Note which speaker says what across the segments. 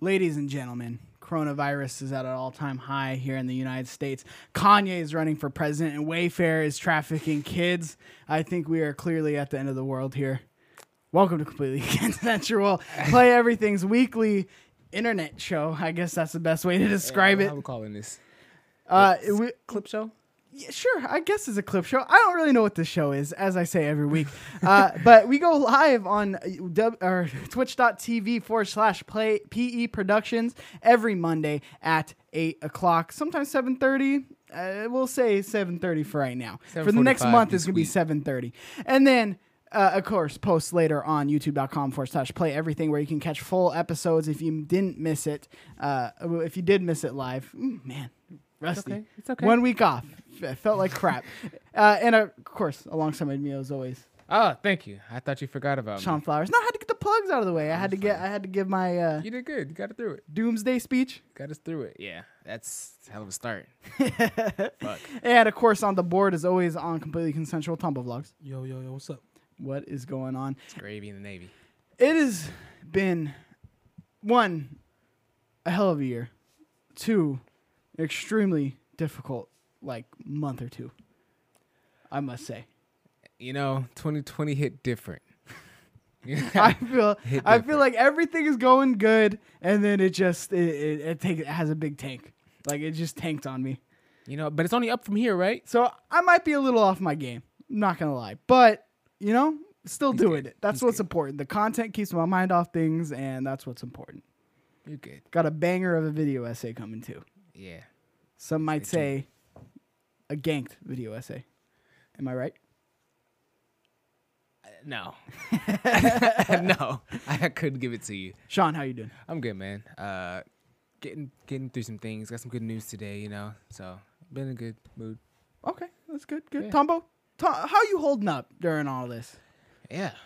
Speaker 1: Ladies and gentlemen, coronavirus is at an all time high here in the United States. Kanye is running for president, and Wayfair is trafficking kids. I think we are clearly at the end of the world here. Welcome to Completely Consensual Play Everything's weekly internet show. I guess that's the best way to describe it.
Speaker 2: I'm calling this
Speaker 1: Uh, we,
Speaker 2: clip show.
Speaker 1: yeah, sure, I guess it's a clip show. I don't really know what this show is, as I say every week. Uh, but we go live on uh, dub, or twitch.tv forward slash play PE productions every Monday at 8 o'clock, sometimes 7.30. Uh, we'll say 7.30 for right now. For the next
Speaker 2: 7:45
Speaker 1: month,
Speaker 2: this
Speaker 1: it's going to be
Speaker 2: week.
Speaker 1: 7.30. And then... Uh, of course, posts later on youtube.com forward slash play everything where you can catch full episodes if you didn't miss it. Uh, if you did miss it live, mm, man, rusty.
Speaker 2: okay. It's okay.
Speaker 1: One week off. I felt like crap. Uh, and of course, alongside me as always,
Speaker 2: Oh, thank you. I thought you forgot about
Speaker 1: Sean Flowers. No, I had to get the plugs out of the way. I had to get. I had to give my uh,
Speaker 2: me. You did good. You got it through it.
Speaker 1: doomsday speech.
Speaker 2: Got us through it. Yeah, that's a hell of a start. Fuck.
Speaker 1: And of course, on the board as always on completely consensual Tumble vlogs.
Speaker 3: Yo, yo, yo, what's up?
Speaker 1: What is going on?
Speaker 2: It's gravy in the navy.
Speaker 1: It has been one a hell of a year, two extremely difficult like month or two. I must say.
Speaker 2: You know, 2020 hit different.
Speaker 1: I feel
Speaker 2: Hit
Speaker 1: I feel like everything is going good, and then it just it it, it, take, it has a big tank. Like it just tanked on me.
Speaker 2: you know, but it's only up from here, right?
Speaker 1: So I might be a little off my game. Not gonna lie, but you know, still doing it. That's what's important. The content keeps my mind off things, and that's what's important.
Speaker 2: You're good.
Speaker 1: Got a banger of a video essay coming too.
Speaker 2: Yeah.
Speaker 1: Some might say a ganked video essay. Am I right?
Speaker 2: Uh, No. no. I couldn't give it to you.
Speaker 1: Sean, how you doing?
Speaker 2: I'm good, man. Uh, getting getting through some things. Got some good news today, you know. So been in a good mood.
Speaker 1: Okay, that's good. Good.
Speaker 2: Yeah.
Speaker 1: Tombo, to- how you holding up during all this?
Speaker 2: Yeah.
Speaker 1: I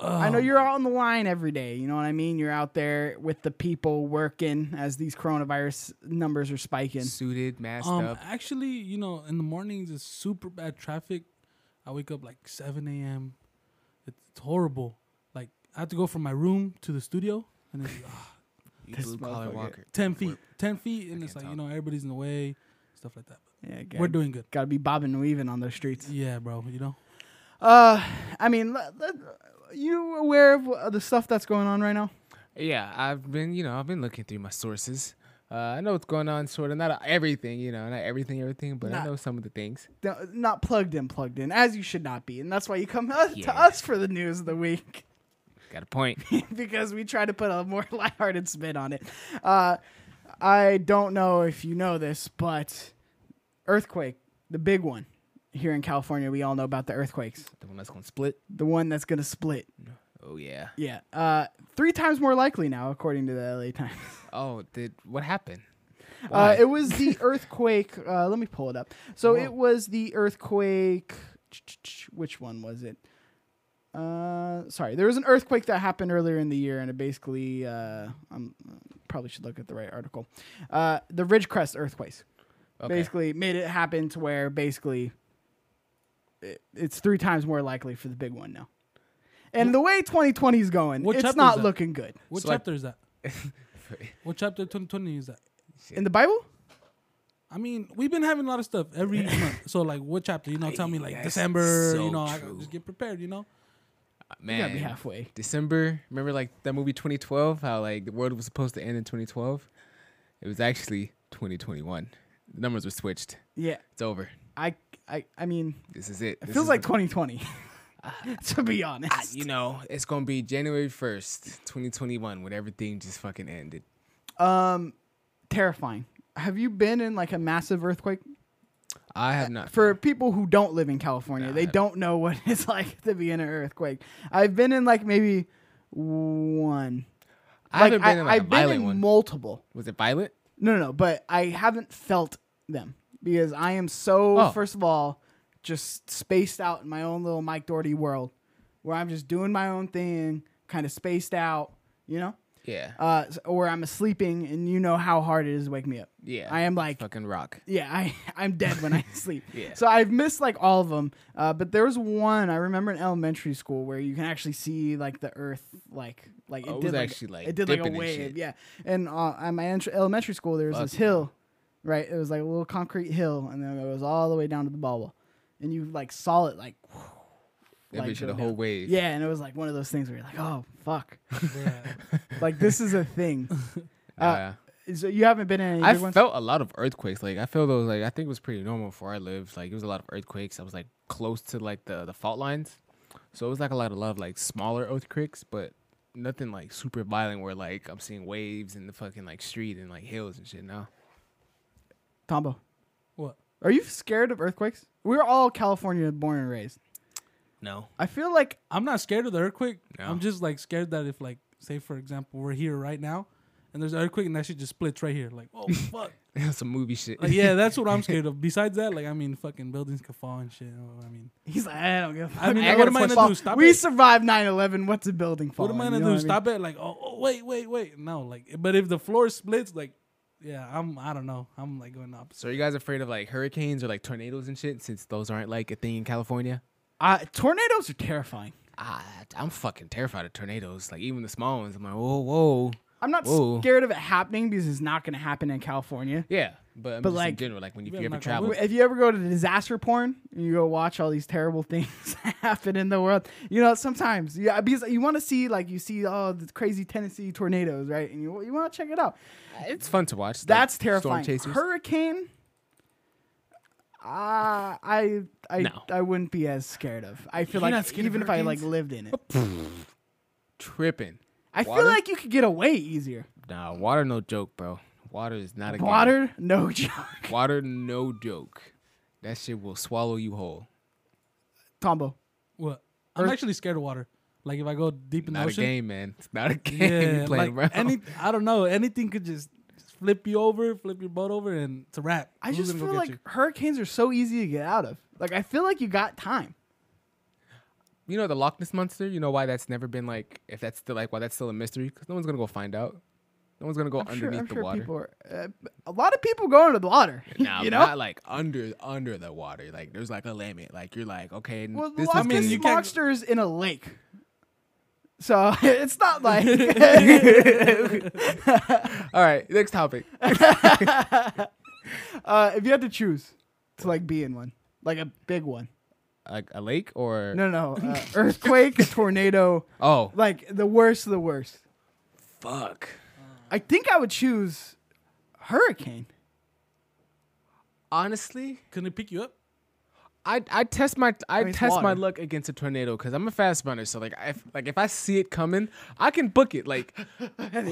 Speaker 2: Oh,
Speaker 3: Oh.
Speaker 1: know you're out on the line every day. You know what I mean? You're out there with the people working as these coronavirus numbers are spiking.
Speaker 2: Suited, masked
Speaker 3: Um,
Speaker 2: up.
Speaker 3: actually, you know, in the mornings it's super bad traffic. I wake up like 7 a.m. It's, it's horrible. Like I have to go from my room to the studio, and it's ah,
Speaker 2: You
Speaker 1: this
Speaker 2: blue collar
Speaker 1: motherfucker.
Speaker 2: walker.
Speaker 3: 10 feet, 10 feet, and it's like
Speaker 2: can't
Speaker 3: you
Speaker 2: talk.
Speaker 3: know everybody's in the way, stuff like that.
Speaker 1: Yeah,
Speaker 3: But we're doing good.
Speaker 1: Got to be bobbing and weaving on those streets.
Speaker 3: Yeah, bro. You know,
Speaker 1: Uh, I mean, le- le- you aware of uh, the stuff that's going on right now?
Speaker 2: Yeah, I've been, you know, I've been looking through my sources. Uh, I know what's going on, sort of. Not everything, you know, not everything, everything, but
Speaker 1: Nah.
Speaker 2: I know some of the things.
Speaker 1: Th- Not plugged in, plugged in, as you should not be, and that's why you come us-
Speaker 2: Yeah.
Speaker 1: to us for the news of the week.
Speaker 2: Got a point.
Speaker 1: because we try to put a more lighthearted spin on it. Uh, I don't know if you know this, but earthquake, the big one here in California, we all know about the earthquakes,
Speaker 2: the one that's gonna split.
Speaker 1: the one that's going to split.
Speaker 2: Oh yeah.
Speaker 1: Yeah, uh, three times more likely now, according to the LA Times.
Speaker 2: Oh, did what happened?
Speaker 1: Uh,
Speaker 2: Why?
Speaker 1: it was the earthquake. Uh, let me pull it up. So
Speaker 2: Whoa.
Speaker 1: it was the earthquake. Which one was it? Uh, sorry, there was an earthquake that happened earlier in the year, and it basically, uh, I'm probably should look at the right article. Uh, the Ridgecrest earthquakes
Speaker 2: Okay.
Speaker 1: basically made it happen to where basically it, it's three times more likely for the big one now. And the way 2020 is going,
Speaker 3: What chapter
Speaker 1: it's
Speaker 3: is
Speaker 1: not
Speaker 3: that?
Speaker 1: looking good.
Speaker 3: what
Speaker 2: So, like-
Speaker 3: chapter is that? What chapter 2020 is that?
Speaker 1: In the Bible?
Speaker 3: I mean, we've been having a lot of stuff every month. So like, what chapter? You know, tell me like
Speaker 2: That's
Speaker 3: December.
Speaker 2: so
Speaker 3: you know, I,
Speaker 2: true.
Speaker 3: just get prepared. You know,
Speaker 1: You gotta
Speaker 2: Man,
Speaker 1: be halfway.
Speaker 2: December. Remember, like that movie 2012, how like the world was supposed to end in 2012. It was actually 2021. The numbers were switched.
Speaker 1: Yeah,
Speaker 2: It's over.
Speaker 1: I, I, I mean,
Speaker 2: This is it.
Speaker 1: It
Speaker 2: This
Speaker 1: feels
Speaker 2: is
Speaker 1: like
Speaker 2: the- Uh,
Speaker 1: 2020. to be honest,
Speaker 2: I- you know, it's gonna be January 1st, 2021, when everything just fucking ended.
Speaker 1: um, terrifying. Have you been in like a massive earthquake?
Speaker 2: I have not.
Speaker 1: For people who don't live in California, they don't know what it's like to be in an earthquake. I've been in like maybe one.
Speaker 2: I haven't been in like a
Speaker 1: I've been
Speaker 2: violent
Speaker 1: in
Speaker 2: one.
Speaker 1: multiple.
Speaker 2: was it Violet?
Speaker 1: No, no, no, but I haven't felt them because I am so
Speaker 2: Oh.
Speaker 1: first of all just spaced out in my own little Mike Doherty world, where I'm just doing my own thing, kind of spaced out. You know.
Speaker 2: Yeah.
Speaker 1: uh, s- or I'm sleeping, and you know how hard it is to wake me up.
Speaker 2: Yeah.
Speaker 1: I am like,
Speaker 2: fucking rock.
Speaker 1: yeah, I I'm dead when I sleep.
Speaker 2: Yeah.
Speaker 1: So I've missed like all of them, uh, but there was one I remember in elementary school where you can actually see like the Earth, like like it,
Speaker 2: Oh, it
Speaker 1: did
Speaker 2: was
Speaker 1: like,
Speaker 2: actually, like,
Speaker 1: it did like a
Speaker 2: dipping and
Speaker 1: wave,
Speaker 2: shit.
Speaker 1: yeah. And uh, at my entr elementary school, there was
Speaker 2: Fuck
Speaker 1: this hill, right? It was like a little concrete hill, and then it was all the way down to the ball, and you like saw it like
Speaker 2: That
Speaker 1: like,
Speaker 2: bitch
Speaker 1: go
Speaker 2: the whole
Speaker 1: down.
Speaker 2: wave.
Speaker 1: yeah, and it was like one of those things where you're like, oh fuck,
Speaker 3: Bruh.
Speaker 1: like this is a thing.
Speaker 2: Nah.
Speaker 1: So you haven't been in any
Speaker 2: I
Speaker 1: big ones?
Speaker 2: felt a lot of earthquakes. Like I feel those. Like I think it was pretty normal for I lived. Like it was a lot of earthquakes. I was like close to like the the fault lines, so it was like a lot of love like smaller earthquakes, but nothing like super violent where like I'm seeing waves in the fucking like street and like hills and shit. No,
Speaker 1: Tombo.
Speaker 3: What?
Speaker 1: Are you scared of earthquakes? We're all California born and raised.
Speaker 2: no.
Speaker 1: I feel like
Speaker 3: I'm not scared of the earthquake.
Speaker 2: No.
Speaker 3: I'm just like scared that if like say for example we're here right now and there's an earthquake and that shit just splits right here. Like, oh fuck.
Speaker 2: Some movie shit.
Speaker 3: Like, yeah, that's what I'm scared of. Besides that, like I mean fucking buildings could fall and shit. you know what I mean
Speaker 1: he's like, I don't give a fuck.
Speaker 3: I mean,
Speaker 1: gotta
Speaker 3: what am I
Speaker 1: quit
Speaker 3: gonna
Speaker 1: fall-
Speaker 3: do? Stop
Speaker 1: we
Speaker 3: it?
Speaker 1: survived 9/11. What's a building
Speaker 3: what
Speaker 1: falling?
Speaker 3: am I
Speaker 1: You
Speaker 3: gonna
Speaker 1: know
Speaker 3: do?
Speaker 1: what mean?
Speaker 3: Stop it? Like, oh, oh wait, wait, wait. No, like but if the floor splits, like yeah, I'm I don't know. I'm like going the opposite.
Speaker 2: So are you guys afraid of like hurricanes or like tornadoes and shit? Since those aren't like a thing in California.
Speaker 1: Uh, tornadoes are terrifying.
Speaker 2: Ah, I'm fucking terrified of tornadoes. Like even the small ones. I'm like, whoa, whoa.
Speaker 1: I'm not
Speaker 2: Whoa.
Speaker 1: scared of it happening because it's not gonna happen in California.
Speaker 2: Yeah, but, I'm
Speaker 1: But,
Speaker 2: just in
Speaker 1: like,
Speaker 2: general, like when you,
Speaker 3: you
Speaker 2: if you ever
Speaker 3: better knock on
Speaker 2: travel,
Speaker 3: wood.
Speaker 1: If you ever go to disaster porn and you go watch all these terrible things happen in the world, you know sometimes yeah because you want to see like you see all the crazy Tennessee tornadoes right and you you want to check it out.
Speaker 2: it's fun to watch. like,
Speaker 1: That's
Speaker 2: Storm
Speaker 1: terrifying.
Speaker 2: chasers.
Speaker 1: Hurricane. Uh, I I
Speaker 2: No.
Speaker 1: I wouldn't be as scared of. I feel
Speaker 2: You're not
Speaker 1: like
Speaker 2: scared of
Speaker 1: even if I like
Speaker 2: hurricanes?
Speaker 1: lived in it,
Speaker 2: tripping.
Speaker 1: I feel
Speaker 2: Water?
Speaker 1: like you could get away easier.
Speaker 2: Nah, water no joke, bro. Water is not a game.
Speaker 1: Water, no joke.
Speaker 2: Water no joke. That shit will swallow you whole.
Speaker 1: Tombo,
Speaker 3: What? I'm actually scared of water. Like if I go deep in the
Speaker 2: Not a
Speaker 3: ocean.
Speaker 2: game, man. It's not a game.
Speaker 3: Yeah,
Speaker 2: you
Speaker 3: like
Speaker 2: playing around.
Speaker 3: any, I don't know. Anything could just flip you over, flip your boat over, and it's a wrap.
Speaker 1: I
Speaker 3: Who's
Speaker 1: just
Speaker 3: gonna go
Speaker 1: feel
Speaker 3: get
Speaker 1: like
Speaker 3: you?
Speaker 1: hurricanes are so easy to get out of. Like I feel like you got time.
Speaker 2: you know the Loch Ness monster. You know why that's never been like if that's still like why that's still a mystery because no one's gonna go find out. No one's gonna go
Speaker 1: I'm sure,
Speaker 2: underneath
Speaker 1: I'm
Speaker 2: the
Speaker 1: sure
Speaker 2: water.
Speaker 1: people are. Uh, a lot of people go into the water.
Speaker 2: Nah,
Speaker 1: you know.
Speaker 2: not like under under the water. Like there's like a limit. Like you're like okay, n-
Speaker 1: well, the
Speaker 2: this
Speaker 1: Loch
Speaker 2: is
Speaker 1: Ness
Speaker 3: mean, you
Speaker 2: good.
Speaker 3: can't-
Speaker 1: monster is in a lake. So it's not uh, like
Speaker 2: All right, next topic.
Speaker 1: Uh, if you had to choose to like be in one, like a big one.
Speaker 2: Like a lake or
Speaker 1: No, no, uh, earthquake, tornado,
Speaker 2: oh
Speaker 1: like the worst of the worst.
Speaker 2: fuck.
Speaker 1: I think I would choose hurricane.
Speaker 2: Honestly,
Speaker 3: Can it pick you up?
Speaker 2: I I test my I
Speaker 1: mean, it's
Speaker 2: test my
Speaker 1: water.
Speaker 2: luck against a tornado because I'm a fast runner. So like if like if I see it coming, I can book it. Like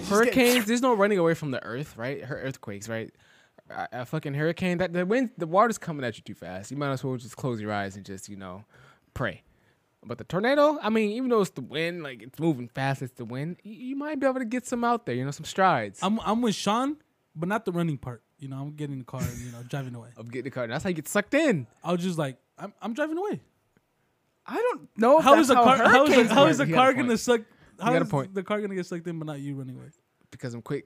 Speaker 2: hurricanes, there's no running away from the earth, right? Her earthquakes, right? A, a fucking hurricane that the wind the water's coming at you too fast. You might as well just close your eyes and just you know pray. But the tornado, I mean, even though it's the wind, like it's moving fast, it's the wind. You, you might be able to get some out there, you know, some strides.
Speaker 3: I'm I'm with Sean, but not the running part. You know, I'm getting in the car and you know driving away.
Speaker 2: of getting the car. That's how you get sucked in.
Speaker 3: I was just like, I'm I'm driving away.
Speaker 1: I don't know if
Speaker 3: How
Speaker 1: Oh, that's
Speaker 3: is a
Speaker 1: how
Speaker 3: car? How is
Speaker 1: hurricanes
Speaker 3: a, how is
Speaker 1: work.
Speaker 3: a
Speaker 2: You got a
Speaker 3: car
Speaker 2: point.
Speaker 3: gonna suck? How
Speaker 2: got a
Speaker 3: is
Speaker 2: point.
Speaker 3: the car gonna get sucked in, but not you running away?
Speaker 2: Because I'm quick.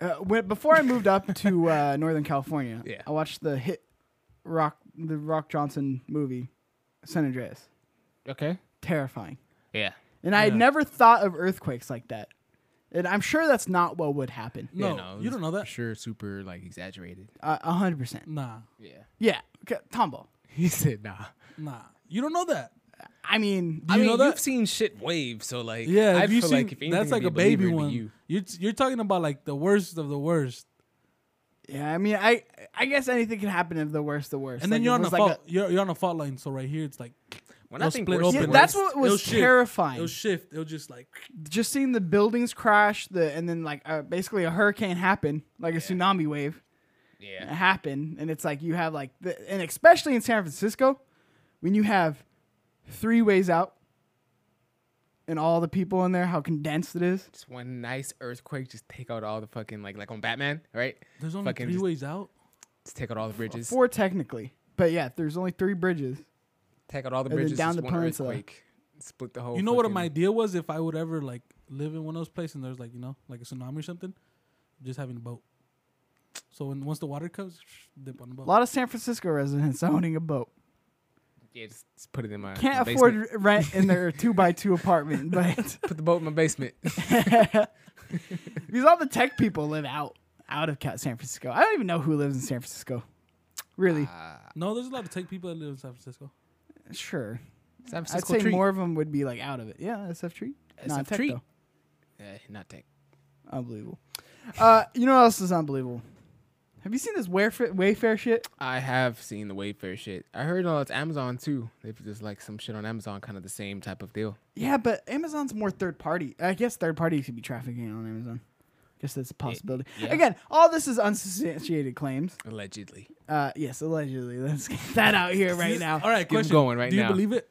Speaker 1: Uh, when, before I moved up to uh, Northern California,
Speaker 2: Yeah.
Speaker 1: I watched the hit Rock the Rock Johnson movie, San Andreas.
Speaker 2: Okay.
Speaker 1: Terrifying.
Speaker 2: Yeah.
Speaker 1: And I had
Speaker 3: Yeah.
Speaker 1: never thought of earthquakes like that. And I'm sure that's not what would happen.
Speaker 3: No,
Speaker 2: Yeah,
Speaker 3: you
Speaker 2: it's
Speaker 3: don't know
Speaker 2: for
Speaker 3: that.
Speaker 2: Sure, super like exaggerated.
Speaker 1: Uh, 100%.
Speaker 3: Nah,
Speaker 2: Yeah.
Speaker 1: Yeah. Okay, Tombo.
Speaker 2: He said, "Nah."
Speaker 3: nah, you don't know that.
Speaker 1: I mean,
Speaker 3: Do you know that?
Speaker 2: you've seen shit wave, so like,
Speaker 3: Yeah,
Speaker 2: I
Speaker 3: if you
Speaker 2: feel
Speaker 3: see,
Speaker 2: like if anything
Speaker 3: that's
Speaker 2: would
Speaker 3: like
Speaker 2: be
Speaker 3: a baby
Speaker 2: believer, it'd be
Speaker 3: one.
Speaker 2: You.
Speaker 3: You're t- you're talking about like the worst of the worst,
Speaker 1: Yeah, I mean, I I guess anything can happen if the worst, the worst.
Speaker 3: and
Speaker 1: Like,
Speaker 3: then
Speaker 1: it
Speaker 3: you're on
Speaker 1: was
Speaker 3: the
Speaker 1: like
Speaker 3: fault. you're, you're on a fault line. So right here, it's like
Speaker 2: When I
Speaker 3: They'll
Speaker 2: think
Speaker 3: split
Speaker 2: worst,
Speaker 1: A,
Speaker 2: the
Speaker 1: yeah,
Speaker 3: open.
Speaker 1: that's
Speaker 2: worst,
Speaker 1: what was
Speaker 3: It'll shift.
Speaker 1: terrifying.
Speaker 3: it'll shift. It'll just like
Speaker 1: Just seeing the buildings crash, the and then like uh, basically a hurricane happen, like a tsunami wave
Speaker 2: Yeah.
Speaker 1: happen, and it's like you have like, the, and especially in San Francisco, when you have three ways out, and all the people in there, how condensed it is.
Speaker 2: Just one nice earthquake, just take out all the fucking like, like on Batman, right?
Speaker 3: there's only
Speaker 2: Fucking
Speaker 3: three
Speaker 2: just-
Speaker 3: ways out.
Speaker 2: Just take out all the bridges,
Speaker 1: Four technically, but yeah, there's only three bridges.
Speaker 2: take out all the
Speaker 1: and then
Speaker 2: bridges,
Speaker 1: down
Speaker 2: just
Speaker 1: the
Speaker 2: one
Speaker 1: peninsula.
Speaker 2: earthquake. split the whole.
Speaker 3: you know what
Speaker 2: fucking-
Speaker 3: my idea was if I would ever like live in one of those places and there's like you know like a tsunami or something, just having a boat. So when once the water comes, dip on the
Speaker 1: A
Speaker 3: boat.
Speaker 1: lot of San Francisco residents owning a boat
Speaker 2: Yeah, just, just put it in my.
Speaker 1: can't
Speaker 2: my
Speaker 1: afford
Speaker 2: basement.
Speaker 1: r- rent in their two by two apartment, but
Speaker 2: Put the boat in my basement.
Speaker 1: because all the tech people live out out of Ca- San Francisco. I don't even know who lives in San Francisco. Really,
Speaker 2: Ah,
Speaker 3: no, there's a lot of tech people that live in San Francisco.
Speaker 1: sure.
Speaker 2: San
Speaker 1: I'd
Speaker 2: Francisco
Speaker 1: say
Speaker 2: treat.
Speaker 1: more of them would be like out of it. Yeah, SF treat, not
Speaker 2: SF
Speaker 1: tech
Speaker 2: treat.
Speaker 1: though.
Speaker 2: Eh, not tech.
Speaker 1: Unbelievable. Uh, you know what else is unbelievable? Have you seen this Wayfair, Wayfair shit?
Speaker 2: I have seen the Wayfair shit. I heard on it's Amazon too. If there's like some shit on Amazon, kind of the same type of deal.
Speaker 1: Yeah, but Amazon's more third party. I guess third party could be trafficking on Amazon. Guess that's a possibility.
Speaker 2: yeah.
Speaker 1: Again, all this is unsubstantiated claims.
Speaker 2: Allegedly.
Speaker 1: Uh, yes, allegedly. Let's get that out here right now.
Speaker 3: All right,
Speaker 2: Get 'em
Speaker 3: question.
Speaker 2: going right
Speaker 3: do you
Speaker 2: now.
Speaker 3: believe it?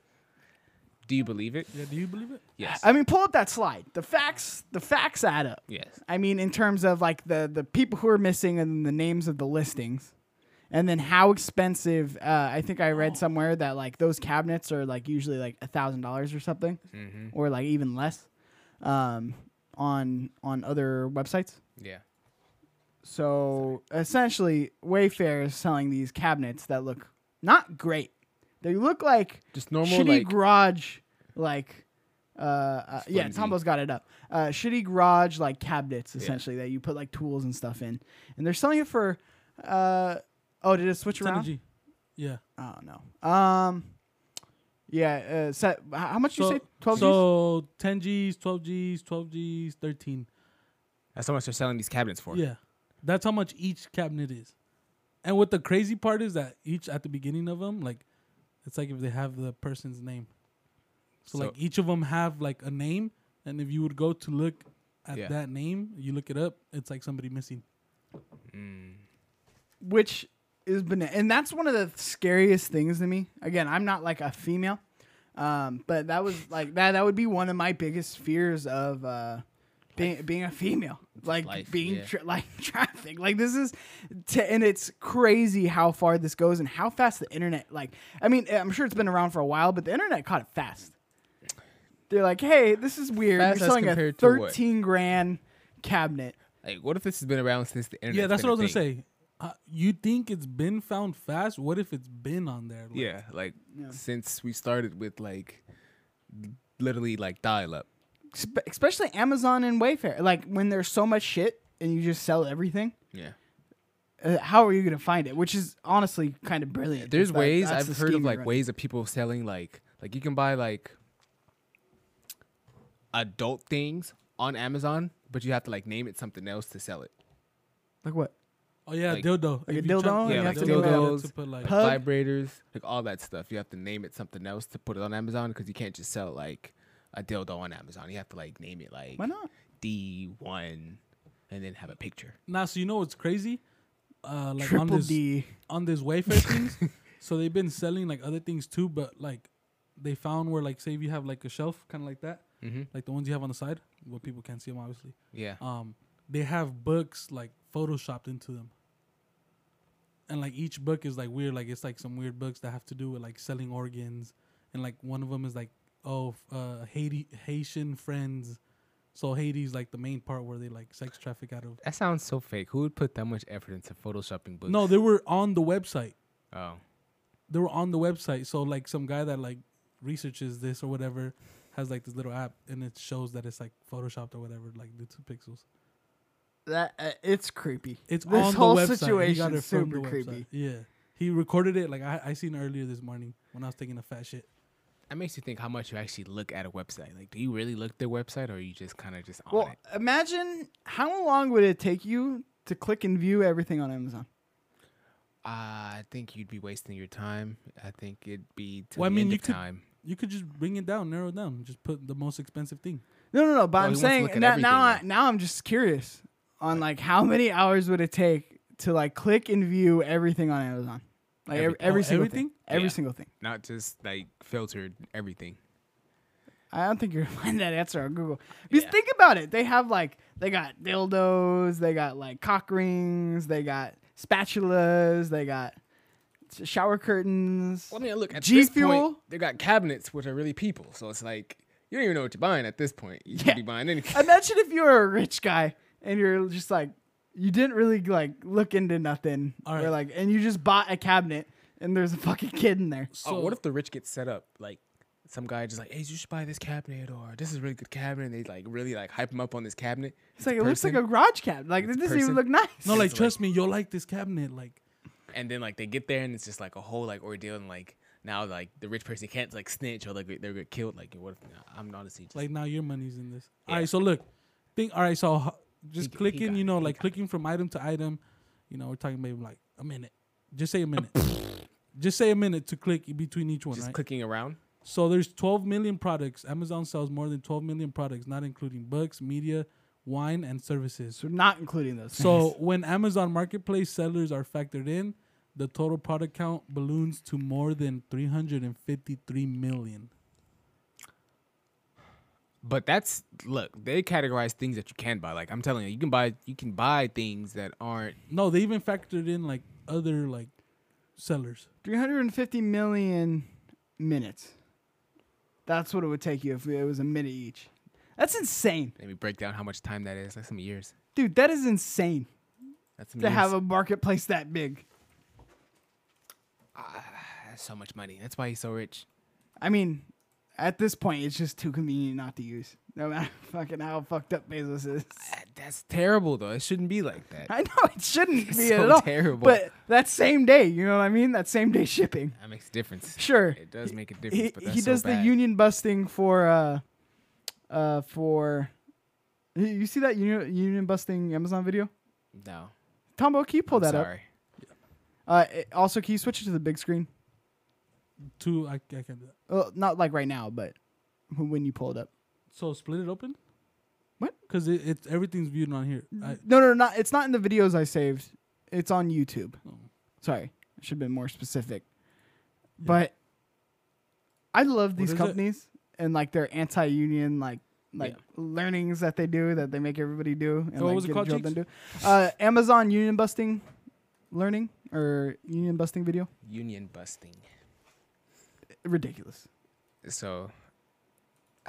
Speaker 2: Do you believe it?
Speaker 3: Yeah, do you believe it?
Speaker 2: Yes.
Speaker 1: I mean, pull up that slide. The facts, the facts add up.
Speaker 2: yes.
Speaker 1: I mean, in terms of like the the people who are missing and the names of the listings, and then how expensive. Uh, I think I read somewhere that like those cabinets are like usually like a thousand dollars or something,
Speaker 2: Mm-hmm.
Speaker 1: or like even less, um, on on other websites.
Speaker 2: Yeah.
Speaker 1: So essentially, Wayfair is selling these cabinets that look not great. They look like
Speaker 2: Just normal
Speaker 1: shitty
Speaker 2: like
Speaker 1: garage like uh, uh yeah
Speaker 2: flimsy.
Speaker 1: tombo's got it up uh shitty garage like cabinets essentially that you put like tools and stuff in and they're selling it for uh oh did it switch
Speaker 3: Ten
Speaker 1: around
Speaker 3: G. Yeah.
Speaker 1: oh no um yeah uh set h- how much
Speaker 3: So,
Speaker 1: you say 12 Gs?
Speaker 3: so 10 G's, 12 G's, 12 G's, 13.
Speaker 2: that's how much they're selling these cabinets for.
Speaker 3: Yeah. That's how much each cabinet is. And what the crazy part is that each at the beginning of them, like, it's like if they have the person's name. So,
Speaker 2: So-
Speaker 3: like each of them have like a name, and if you would go to look at
Speaker 2: Yeah.
Speaker 3: that name, you look it up, it's like somebody missing.
Speaker 1: which is banana and that's one of the scariest things to me again i'm not like a female um but that was like that that would be one of my biggest fears of uh being, being a female like
Speaker 2: life,
Speaker 1: being
Speaker 2: yeah.
Speaker 1: tra- like traffic like this is t- and it's crazy how far this goes and how fast the internet like i mean i'm sure it's been around for a while but the internet caught it fast they're like hey this is weird
Speaker 2: Fast
Speaker 1: you're
Speaker 2: as
Speaker 1: selling a
Speaker 2: compared to what?
Speaker 1: 13 grand cabinet
Speaker 2: Like, what if this has been around since the internet?
Speaker 3: yeah, that's what I was gonna say. Uh, you think it's been found fast? What if it's been on there? Like,
Speaker 2: Yeah, like since we started with like literally like dial up.
Speaker 1: Spe- especially Amazon and Wayfair. Like when there's so much shit and you just sell everything,
Speaker 2: Yeah.
Speaker 1: uh, how are you gonna find it? Which is honestly kind of brilliant.
Speaker 2: There's
Speaker 1: It's like,
Speaker 2: ways
Speaker 1: that's
Speaker 2: I've
Speaker 1: the
Speaker 2: heard of
Speaker 1: scheme
Speaker 2: like
Speaker 1: you're
Speaker 2: ways of people selling like like you can buy like adult things on Amazon, but you have to like name it something else to sell it.
Speaker 1: running. Like what?
Speaker 3: Oh yeah,
Speaker 2: Like-
Speaker 3: dildo.
Speaker 1: Like a
Speaker 3: If you
Speaker 1: dildo
Speaker 3: chuck-
Speaker 1: and
Speaker 2: Yeah,
Speaker 1: Oh, you
Speaker 2: like
Speaker 1: have to
Speaker 3: you
Speaker 1: go
Speaker 3: have
Speaker 1: out-
Speaker 2: dildos,
Speaker 3: to put, like-
Speaker 2: like
Speaker 1: Pug.
Speaker 2: vibrators, like all that stuff. You have to name it something else to put it on Amazon because you can't just sell like a dildo on Amazon. You have to like name it like
Speaker 1: Why not?
Speaker 2: D one, and then have a picture.
Speaker 3: Now, so you know what's crazy? Uh, like on
Speaker 1: Triple
Speaker 3: this,
Speaker 1: D.
Speaker 3: on this Wayfair things. So they've been selling like other things too, but like they found where like say if you have like a shelf kind of like that, like the ones you have on the side, where people can't see them obviously.
Speaker 2: Yeah.
Speaker 1: Oh.
Speaker 3: Um, they have books like photoshopped into them, and like each book is like weird. Like it's like some weird books that have to do with like selling organs, and like one of them is like oh f- uh, Haiti Haitian friends. So Haiti's like the main part where they like sex traffic out of.
Speaker 2: That sounds so fake. Who would put that much effort into photoshopping books?
Speaker 3: No, they were on the website.
Speaker 2: Oh.
Speaker 3: they were on the website. So like some guy that like researches this or whatever has like this little app and it shows that it's like photoshopped or whatever, like due to pixels.
Speaker 1: That uh, it's creepy.
Speaker 3: It's
Speaker 1: this
Speaker 3: on
Speaker 1: whole
Speaker 3: the website. He got
Speaker 1: situation
Speaker 3: it
Speaker 1: is
Speaker 3: from
Speaker 1: super
Speaker 3: the
Speaker 1: creepy.
Speaker 3: website. Yeah. He recorded it like I, I seen earlier this morning when I was taking a fat shit.
Speaker 2: That makes you think how much you actually look at a website. Like, do you really look at the website or are you just kind of just on
Speaker 1: Well,
Speaker 2: it?
Speaker 1: imagine how long would it take you to click and view everything on Amazon?
Speaker 2: I think you'd be wasting your time. I think it'd be till
Speaker 3: Well, I
Speaker 2: the
Speaker 3: mean,
Speaker 2: end
Speaker 3: you
Speaker 2: of
Speaker 3: could-
Speaker 2: time.
Speaker 3: You could just bring it down, narrow it down, just put the most expensive thing.
Speaker 1: No, no, no. But
Speaker 2: Well, he
Speaker 1: I'm
Speaker 2: wants to
Speaker 1: saying
Speaker 2: look at
Speaker 1: now, now, I,
Speaker 2: everything,
Speaker 1: now I'm just curious on like how many hours would it take to like click and view everything on Amazon, like every,
Speaker 2: Everything.
Speaker 1: every
Speaker 3: Oh,
Speaker 1: single
Speaker 3: everything?
Speaker 1: thing, every
Speaker 2: Yeah.
Speaker 1: single thing.
Speaker 2: Not just like filtered everything.
Speaker 1: I don't think you're gonna find that answer on Google. Because
Speaker 2: Yeah.
Speaker 1: think about it, they have like they got dildos, they got like cock rings, they got spatulas, they got shower curtains.
Speaker 2: Well, I mean, look at
Speaker 1: G
Speaker 2: this
Speaker 1: Fuel?
Speaker 2: point, they got cabinets which are really people. So it's like you don't even know what you're buying at this point. You could
Speaker 1: Yeah.
Speaker 2: be buying anything.
Speaker 1: Imagine if you were a rich guy and you're just like you didn't really like look into nothing
Speaker 3: All
Speaker 1: or
Speaker 3: right.
Speaker 1: like and you just bought a cabinet and there's a fucking kid in there.
Speaker 3: So
Speaker 2: oh, what if the rich gets set up like? Some guy just like, hey, you should buy this cabinet, or this is a really good cabinet. And they like really like hype him up on this cabinet.
Speaker 1: It's like it looks like a garage cabinet. Like it doesn't even
Speaker 2: person.
Speaker 1: look nice.
Speaker 3: no, like
Speaker 2: like-
Speaker 3: trust me, you'll like this cabinet. Like
Speaker 2: and then like they get there and it's just like a whole like ordeal and like now like the rich person can't like snitch or like they're get killed like what if I'm honestly just
Speaker 3: like now your money's in this.
Speaker 2: Yeah.
Speaker 3: All right, so look, think. All right, so ho- just
Speaker 2: He- he
Speaker 3: clicking,
Speaker 2: got
Speaker 3: you
Speaker 2: it,
Speaker 3: know,
Speaker 2: he
Speaker 3: like
Speaker 2: got
Speaker 3: clicking from item to item. You know, we're talking maybe like a minute. Just say a minute. just say a minute to click between each one,
Speaker 2: just
Speaker 3: right?
Speaker 2: clicking around
Speaker 3: So there's 12 million products. Amazon sells more than 12 million products, not including books, media, wine, and services.
Speaker 1: so not including those.
Speaker 3: So
Speaker 1: things.
Speaker 3: when Amazon Marketplace sellers are factored in, the total product count balloons to more than 353 million.
Speaker 2: but that's look they categorize things that you can buy like I'm telling you you can buy you can buy things that aren't
Speaker 3: No, they even factored in like other like sellers.
Speaker 1: 350 million minutes. That's what it would take you if it was a minute each. That's insane,
Speaker 2: let me break down how much time that is that's some years
Speaker 1: dude. That is insane
Speaker 2: that's some
Speaker 1: to
Speaker 2: years.
Speaker 1: have a marketplace that big.
Speaker 2: that's so much money that's why he's so rich
Speaker 1: I mean, at this point, it's just too convenient not to use. No matter fucking how fucked up Bezos is.
Speaker 2: Ah, that's terrible though it shouldn't be like that
Speaker 1: I know it shouldn't be
Speaker 2: so
Speaker 1: at all.
Speaker 2: terrible.
Speaker 1: But that same day, you know what I mean? That same day shipping.
Speaker 2: that makes a difference
Speaker 1: Sure.
Speaker 2: it does make a difference
Speaker 1: He,
Speaker 2: but that's
Speaker 1: he
Speaker 2: so
Speaker 1: does the
Speaker 2: bad.
Speaker 1: union busting for uh uh for you- you see that union union busting Amazon video?
Speaker 2: no
Speaker 1: Tombo, can you pull
Speaker 2: I'm
Speaker 1: that
Speaker 2: sorry
Speaker 1: up? Uh it- also can you switch it to the big screen?
Speaker 3: Two, I, I can do that.
Speaker 1: Uh, not like right now, but when you pull it up.
Speaker 3: So split it open.
Speaker 1: What?
Speaker 3: Because it, it's everything's viewed on here. I,
Speaker 1: No, no, not it's not in the videos I saved. It's on YouTube.
Speaker 3: Oh.
Speaker 1: Sorry, I should have been more specific. But I love these
Speaker 3: is it?
Speaker 1: companies and like their anti-union like like learnings that they do that they make everybody do
Speaker 3: So
Speaker 1: and
Speaker 3: Oh, what
Speaker 1: like
Speaker 3: was it
Speaker 1: get
Speaker 3: called,
Speaker 1: drilled
Speaker 3: Cheeks?
Speaker 1: into. Uh, Amazon union busting learning or union busting video.
Speaker 2: union busting
Speaker 1: Ridiculous.
Speaker 2: so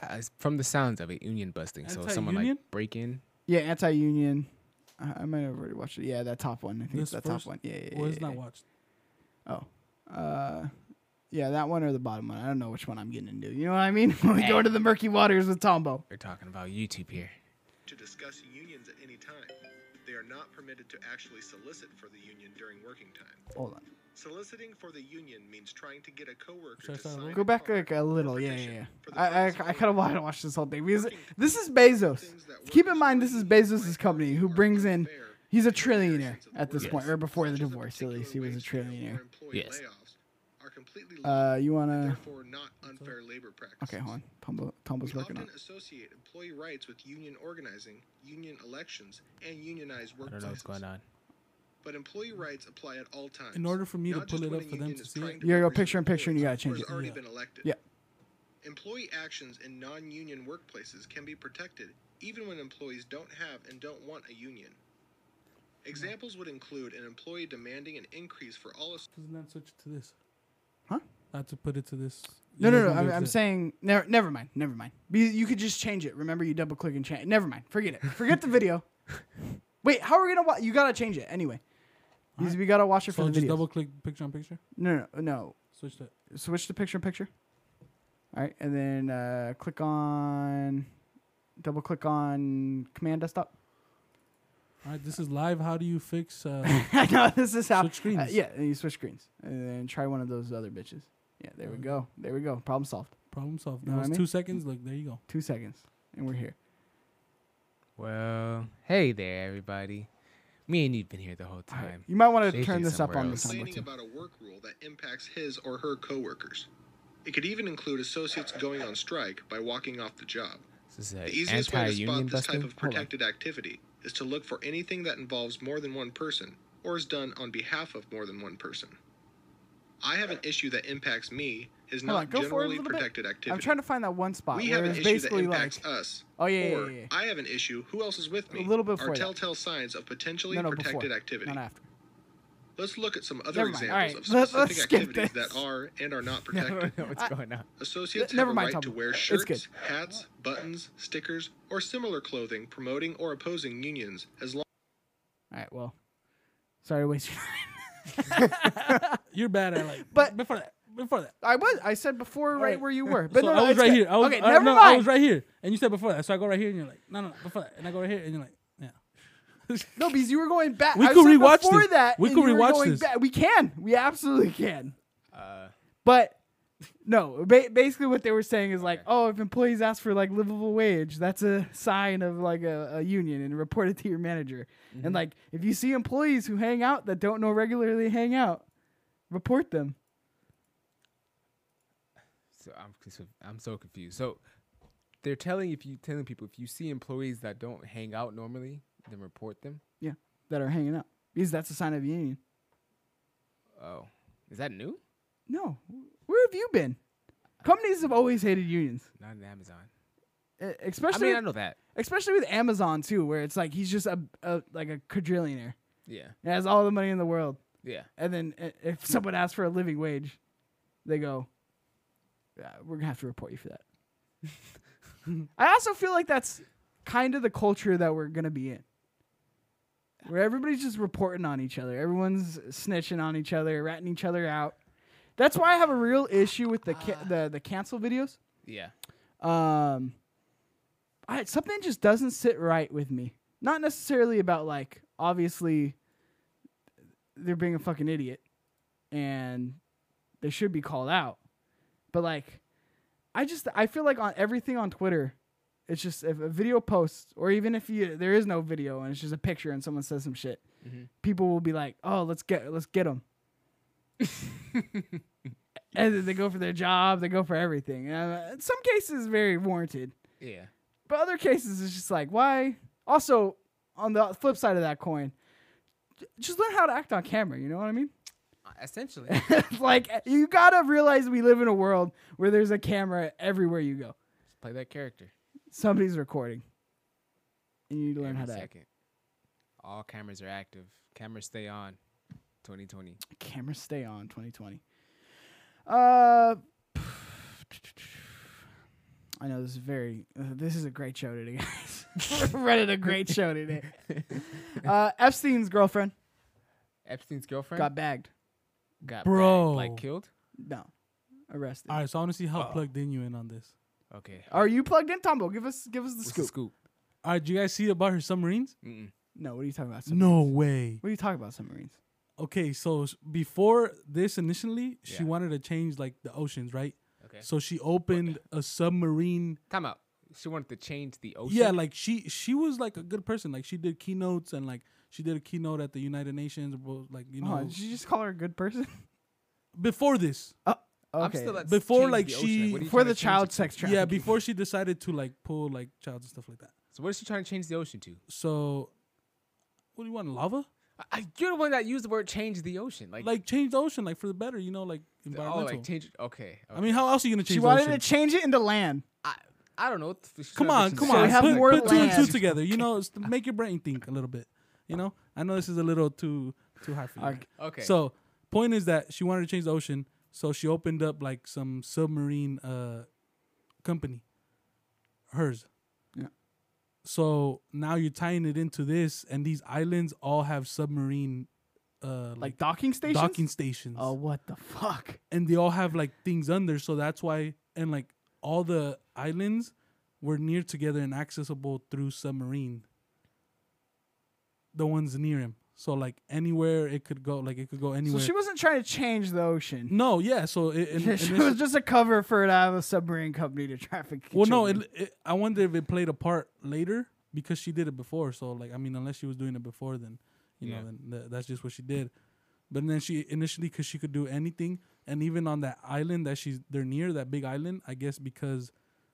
Speaker 2: uh, from the sounds of it union busting so someone like
Speaker 3: Anti-union?
Speaker 2: break in
Speaker 1: Yeah, anti-union. I I might have already watched it. Yeah, that top one. I think
Speaker 3: This
Speaker 1: it's that
Speaker 3: first-
Speaker 1: top one. Yeah, yeah, yeah.
Speaker 3: well, it's
Speaker 1: yeah,
Speaker 3: not
Speaker 1: yeah.
Speaker 3: watched.
Speaker 1: Oh. Uh, yeah, that one or the bottom one. I don't know which one I'm getting into. You know what I mean? when we go into the murky waters with Tombo.
Speaker 2: we're talking about youtube here
Speaker 4: to discuss unions at any time. They are not permitted to actually solicit for the union during working time.
Speaker 1: Hold on.
Speaker 4: Soliciting for the union means trying to get a coworker
Speaker 3: Should I
Speaker 4: to
Speaker 3: start
Speaker 4: sign
Speaker 3: over?
Speaker 1: Go back
Speaker 4: card
Speaker 1: like a little.
Speaker 4: or
Speaker 1: Yeah, yeah,
Speaker 4: petition
Speaker 1: yeah.
Speaker 4: for the
Speaker 1: I, I, I
Speaker 4: purpose of
Speaker 1: kind of want to watch this whole thing because this is
Speaker 4: working
Speaker 1: Bezos.
Speaker 4: things that
Speaker 1: Keep
Speaker 4: workers
Speaker 1: in mind, this is
Speaker 4: believe
Speaker 1: Bezos's
Speaker 4: are
Speaker 1: company who
Speaker 4: fair
Speaker 1: brings
Speaker 4: and
Speaker 1: in.
Speaker 4: fair
Speaker 1: He's a
Speaker 4: in the
Speaker 1: trillionaire
Speaker 4: actions of the
Speaker 1: at this
Speaker 4: workers,
Speaker 1: point, or before the
Speaker 4: such as
Speaker 1: divorce, at
Speaker 4: particular
Speaker 1: least. He was a
Speaker 4: wage scale or
Speaker 1: trillionaire.
Speaker 4: employee
Speaker 2: Yes.
Speaker 4: layoffs Are completely
Speaker 1: Uh,
Speaker 4: lawful
Speaker 1: you
Speaker 4: and
Speaker 1: wanna?
Speaker 4: therefore not unfair labor practices.
Speaker 1: Okay, hold on. Tombo, Tombo's
Speaker 4: We
Speaker 1: working
Speaker 4: often
Speaker 1: on. it.
Speaker 4: associate employee rights with union organizing, union elections, and unionized workplaces.
Speaker 2: i don't know what's going on
Speaker 4: But employee rights apply at all times.
Speaker 3: In order for me to
Speaker 4: not
Speaker 3: pull
Speaker 4: just
Speaker 3: it
Speaker 4: when
Speaker 3: up
Speaker 4: a
Speaker 3: for them
Speaker 4: union
Speaker 3: to
Speaker 4: is
Speaker 3: see
Speaker 4: trying
Speaker 3: it,
Speaker 4: to
Speaker 1: You gotta go
Speaker 4: represent
Speaker 1: picture in picture and you
Speaker 4: employees
Speaker 1: gotta change
Speaker 4: who
Speaker 1: it.
Speaker 4: has already
Speaker 3: Yeah.
Speaker 4: been elected.
Speaker 1: Yeah.
Speaker 4: Employee actions in non-union workplaces can be protected even when employees don't have and don't want a union. Examples would include an employee demanding an increase for all. ass-
Speaker 3: Doesn't that switch it to this?
Speaker 1: Huh?
Speaker 3: Not to put it to this.
Speaker 1: No,
Speaker 3: You
Speaker 1: no,
Speaker 3: guys
Speaker 1: no.
Speaker 3: don't do
Speaker 1: I'm,
Speaker 3: it
Speaker 1: I'm
Speaker 3: to-
Speaker 1: saying never. Never mind. Never mind. Be- You could just change it. Remember, you double click and change. Never mind. Forget it. Forget the video. Wait, how are we gonna watch? You gotta change it anyway. Because
Speaker 3: Alright.
Speaker 1: we gotta watch it
Speaker 3: So
Speaker 1: for the
Speaker 3: just
Speaker 1: video.
Speaker 3: double click picture on picture.
Speaker 1: no, no, no.
Speaker 3: Switch that.
Speaker 1: Switch to picture in picture. All right, and then uh, click on, double click on command desktop.
Speaker 3: All right, this is live. How do you fix? Uh,
Speaker 1: I know this is how.
Speaker 3: Switch screens.
Speaker 1: uh, yeah, and you switch screens, and then try one of those other bitches. Yeah, there we
Speaker 3: Okay.
Speaker 1: go. There we go. Problem solved.
Speaker 3: problem solved.
Speaker 1: You
Speaker 3: That
Speaker 1: know what I
Speaker 3: was
Speaker 1: mean?
Speaker 3: two seconds. Look, there you go.
Speaker 1: Two seconds, and we're here.
Speaker 2: well hey there everybody me and you've been here the whole
Speaker 1: All right,
Speaker 2: time
Speaker 1: You might want to
Speaker 2: Safety
Speaker 1: turn this up
Speaker 2: somewhere
Speaker 1: on the
Speaker 2: else.
Speaker 1: soundboard.
Speaker 4: Complaining
Speaker 1: too.
Speaker 4: about a work rule that impacts his or her coworkers. It could even include associates going on strike by walking off the job.
Speaker 2: this is
Speaker 4: The
Speaker 2: an
Speaker 4: easiest way to
Speaker 2: anti-union
Speaker 4: spot this
Speaker 2: busting
Speaker 4: type of
Speaker 1: Hold on.
Speaker 4: protected activity is to look for anything that involves more than one person or is done on behalf of more than one person. I have an issue that impacts me is
Speaker 1: Hold on,
Speaker 4: not
Speaker 1: go forward a
Speaker 4: generally
Speaker 1: little bit.
Speaker 4: protected activity.
Speaker 1: I'm trying to find that one spot
Speaker 4: we
Speaker 1: where
Speaker 4: have an
Speaker 1: it's
Speaker 4: issue that
Speaker 1: basically like
Speaker 4: impacts us.
Speaker 1: Oh, yeah, yeah,
Speaker 4: or
Speaker 1: yeah, yeah.
Speaker 4: I have an issue. Who else is with me?
Speaker 1: little bit
Speaker 4: Are
Speaker 1: before that.
Speaker 4: telltale signs of potentially
Speaker 1: no, no,
Speaker 4: protected
Speaker 1: before,
Speaker 4: activity.
Speaker 1: not after.
Speaker 4: Let's look at some other
Speaker 1: Never mind.
Speaker 4: examples
Speaker 1: All right.
Speaker 4: of
Speaker 1: Let- let's
Speaker 4: specific
Speaker 1: skip
Speaker 4: activities
Speaker 1: this.
Speaker 4: that are and are not
Speaker 2: I
Speaker 4: protected.
Speaker 2: don't know what's going on.
Speaker 4: Associates have
Speaker 1: N- never
Speaker 4: a
Speaker 1: mind,
Speaker 4: right to
Speaker 1: Tom.
Speaker 4: wear
Speaker 1: It's
Speaker 4: shirts,
Speaker 1: good.
Speaker 4: hats, buttons, stickers, or similar clothing promoting or opposing unions as long
Speaker 1: All right. Well, sorry to waste your time.
Speaker 3: You're bad at like.
Speaker 1: But-
Speaker 3: before that, before that.
Speaker 1: I was. I said before, right,
Speaker 3: right.
Speaker 1: where you were. But
Speaker 3: so
Speaker 1: no, no,
Speaker 3: I was
Speaker 1: it's
Speaker 3: right
Speaker 1: good.
Speaker 3: here. I was,
Speaker 1: okay,
Speaker 3: I,
Speaker 1: never
Speaker 3: no,
Speaker 1: mind.
Speaker 3: I was right here, and you said before that. So I go right here, and you're like, no, no, no, before that, and I go right here, and you're like, yeah.
Speaker 1: No, because you were going back.
Speaker 3: We
Speaker 1: I
Speaker 3: could
Speaker 1: said
Speaker 3: rewatch
Speaker 1: before
Speaker 3: this.
Speaker 1: that.
Speaker 3: We
Speaker 1: and
Speaker 3: could
Speaker 1: you were
Speaker 3: rewatch
Speaker 1: going
Speaker 3: this.
Speaker 1: back- We can. We absolutely can.
Speaker 2: Uh,
Speaker 1: But no, ba- basically what they were saying is like, oh, if employees ask for like livable wage, that's a sign of like a, a union and report it to your manager.
Speaker 2: Mm-hmm.
Speaker 1: And like, if you see employees who hang out that don't know regularly hang out, report them.
Speaker 2: so I'm cons- I'm so confused. So they're telling if you telling people if you see employees that don't hang out normally, then report them.
Speaker 1: Yeah, that are hanging out because that's a sign of a union.
Speaker 2: Oh, is that new?
Speaker 1: No, where have you been? Companies have always hated unions,
Speaker 2: Not in Amazon.
Speaker 1: e-
Speaker 2: I
Speaker 1: especially
Speaker 2: mean, I know that.
Speaker 1: especially with Amazon too, where it's like he's just a, a like a quadrillionaire,
Speaker 2: Yeah,
Speaker 1: and has all the money in the world.
Speaker 2: yeah.
Speaker 1: And then i- if someone asks for a living wage, they go, yeah, "We're gonna have to report you for that." I also feel like that's kind of the culture that we're gonna be in, where everybody's just reporting on each other, everyone's snitching on each other, ratting each other out. That's why I have a real issue with the ca- the the cancel videos.
Speaker 2: Yeah.
Speaker 1: Um, I, something just doesn't sit right with me. Not necessarily about like obviously they're being a fucking idiot and they should be called out. But like I just I feel like on everything on Twitter, it's just if a video posts or even if you there is no video and it's just a picture and someone says some shit, people will be like, "Oh, let's get let's get them." and then they go for their job, they go for everything. And uh, in some cases very warranted.
Speaker 2: Yeah.
Speaker 1: But other cases, it's just like, why? Also, on the flip side of that coin, j- just learn how to act on camera. You know what I mean?
Speaker 2: Uh, Essentially.
Speaker 1: like, you gotta realize we live in a world where there's a camera everywhere you go.
Speaker 2: Play that character.
Speaker 1: Somebody's recording. And you need to learn
Speaker 2: Every
Speaker 1: how to act.
Speaker 2: second. All cameras are active. Cameras stay on. 2020.
Speaker 1: Cameras stay on 2020. Uh, I know this is very. Uh, this is a great show today, guys. Reddit a great show today. Uh, Epstein's girlfriend
Speaker 2: Epstein's girlfriend
Speaker 1: got bagged.
Speaker 2: got
Speaker 3: Bro.
Speaker 2: bang- like killed.
Speaker 1: No, arrested.
Speaker 3: All right, so I want to see
Speaker 1: Uh.
Speaker 3: how plugged in you in on this.
Speaker 2: Okay.
Speaker 1: Are you plugged in, Tombo? Give us give us the
Speaker 2: What's
Speaker 1: scoop.
Speaker 2: the scoop?
Speaker 3: All right, do you guys see about her submarines?
Speaker 2: Mm-mm.
Speaker 1: No, what are you talking about? Submarines?
Speaker 3: No way.
Speaker 1: What are you talking about submarines?
Speaker 3: Okay, so s- before this, initially, she
Speaker 2: Yeah.
Speaker 3: wanted to change like the oceans, right?
Speaker 2: Okay.
Speaker 3: So she opened a submarine.
Speaker 2: Time out. She wanted to change the ocean.
Speaker 3: Yeah, like she she was like a good person. Like she did keynotes and like she did a keynote at the United Nations. bo- Like you
Speaker 1: Oh,
Speaker 3: know,
Speaker 1: did you just call her a good person?
Speaker 3: before this,
Speaker 1: Oh, okay.
Speaker 2: I'm still at
Speaker 3: Before,
Speaker 2: change
Speaker 3: like,
Speaker 2: the ocean.
Speaker 3: she-
Speaker 2: what are you
Speaker 1: for
Speaker 2: trying
Speaker 1: the
Speaker 2: to change
Speaker 1: child
Speaker 2: it to?
Speaker 1: sex trafficking.
Speaker 3: yeah, before she decided to like pull like childs and stuff like that.
Speaker 2: So what is she trying to change the ocean to?
Speaker 3: So, what do you want, lava?
Speaker 2: I, you're the one that used the word change the ocean. Like,
Speaker 3: Like change the ocean, like for the better. You know, like
Speaker 2: oh,
Speaker 3: environmental.
Speaker 2: like change. Okay.
Speaker 3: I mean, how else are you gonna change?
Speaker 1: she
Speaker 3: the
Speaker 1: wanted
Speaker 3: ocean?
Speaker 1: to change it into land.
Speaker 2: I, I don't know. What the f- she's
Speaker 3: Come
Speaker 2: trying
Speaker 3: on,
Speaker 2: to
Speaker 3: come
Speaker 2: change the
Speaker 1: So
Speaker 3: on.
Speaker 1: we have
Speaker 3: put
Speaker 2: ocean.
Speaker 1: more
Speaker 3: put two and two
Speaker 1: land.
Speaker 3: together. You know, it's to make your brain think a little bit. You know, I know this is a little too too high for you.
Speaker 1: Okay.
Speaker 2: Okay.
Speaker 3: So, point is that she wanted to change the ocean, so she opened up like some submarine uh company, hers.
Speaker 1: Yeah.
Speaker 3: So now you're tying it into this, and these islands all have submarine, uh,
Speaker 1: Like
Speaker 3: like,
Speaker 1: docking stations.
Speaker 3: docking stations,
Speaker 1: Oh, what the fuck?
Speaker 3: and they all have like things under. So that's why, and like all the islands were near together and accessible through submarine. The ones near him, so like anywhere it could go, like it could go anywhere.
Speaker 1: So she wasn't trying to change the ocean.
Speaker 3: No, yeah. So it, in,
Speaker 1: she
Speaker 3: initial-
Speaker 1: was just a cover for it to have a submarine company to traffic.
Speaker 3: well, no. It,
Speaker 1: children.
Speaker 3: it, I wonder if it played a part later because she did it before. So like, I mean, unless she was doing it before, then you
Speaker 2: Yeah.
Speaker 3: know, then th- that's just what she did. But then she initially, because she could do anything, and even on that island that she's they're near that big island, I guess because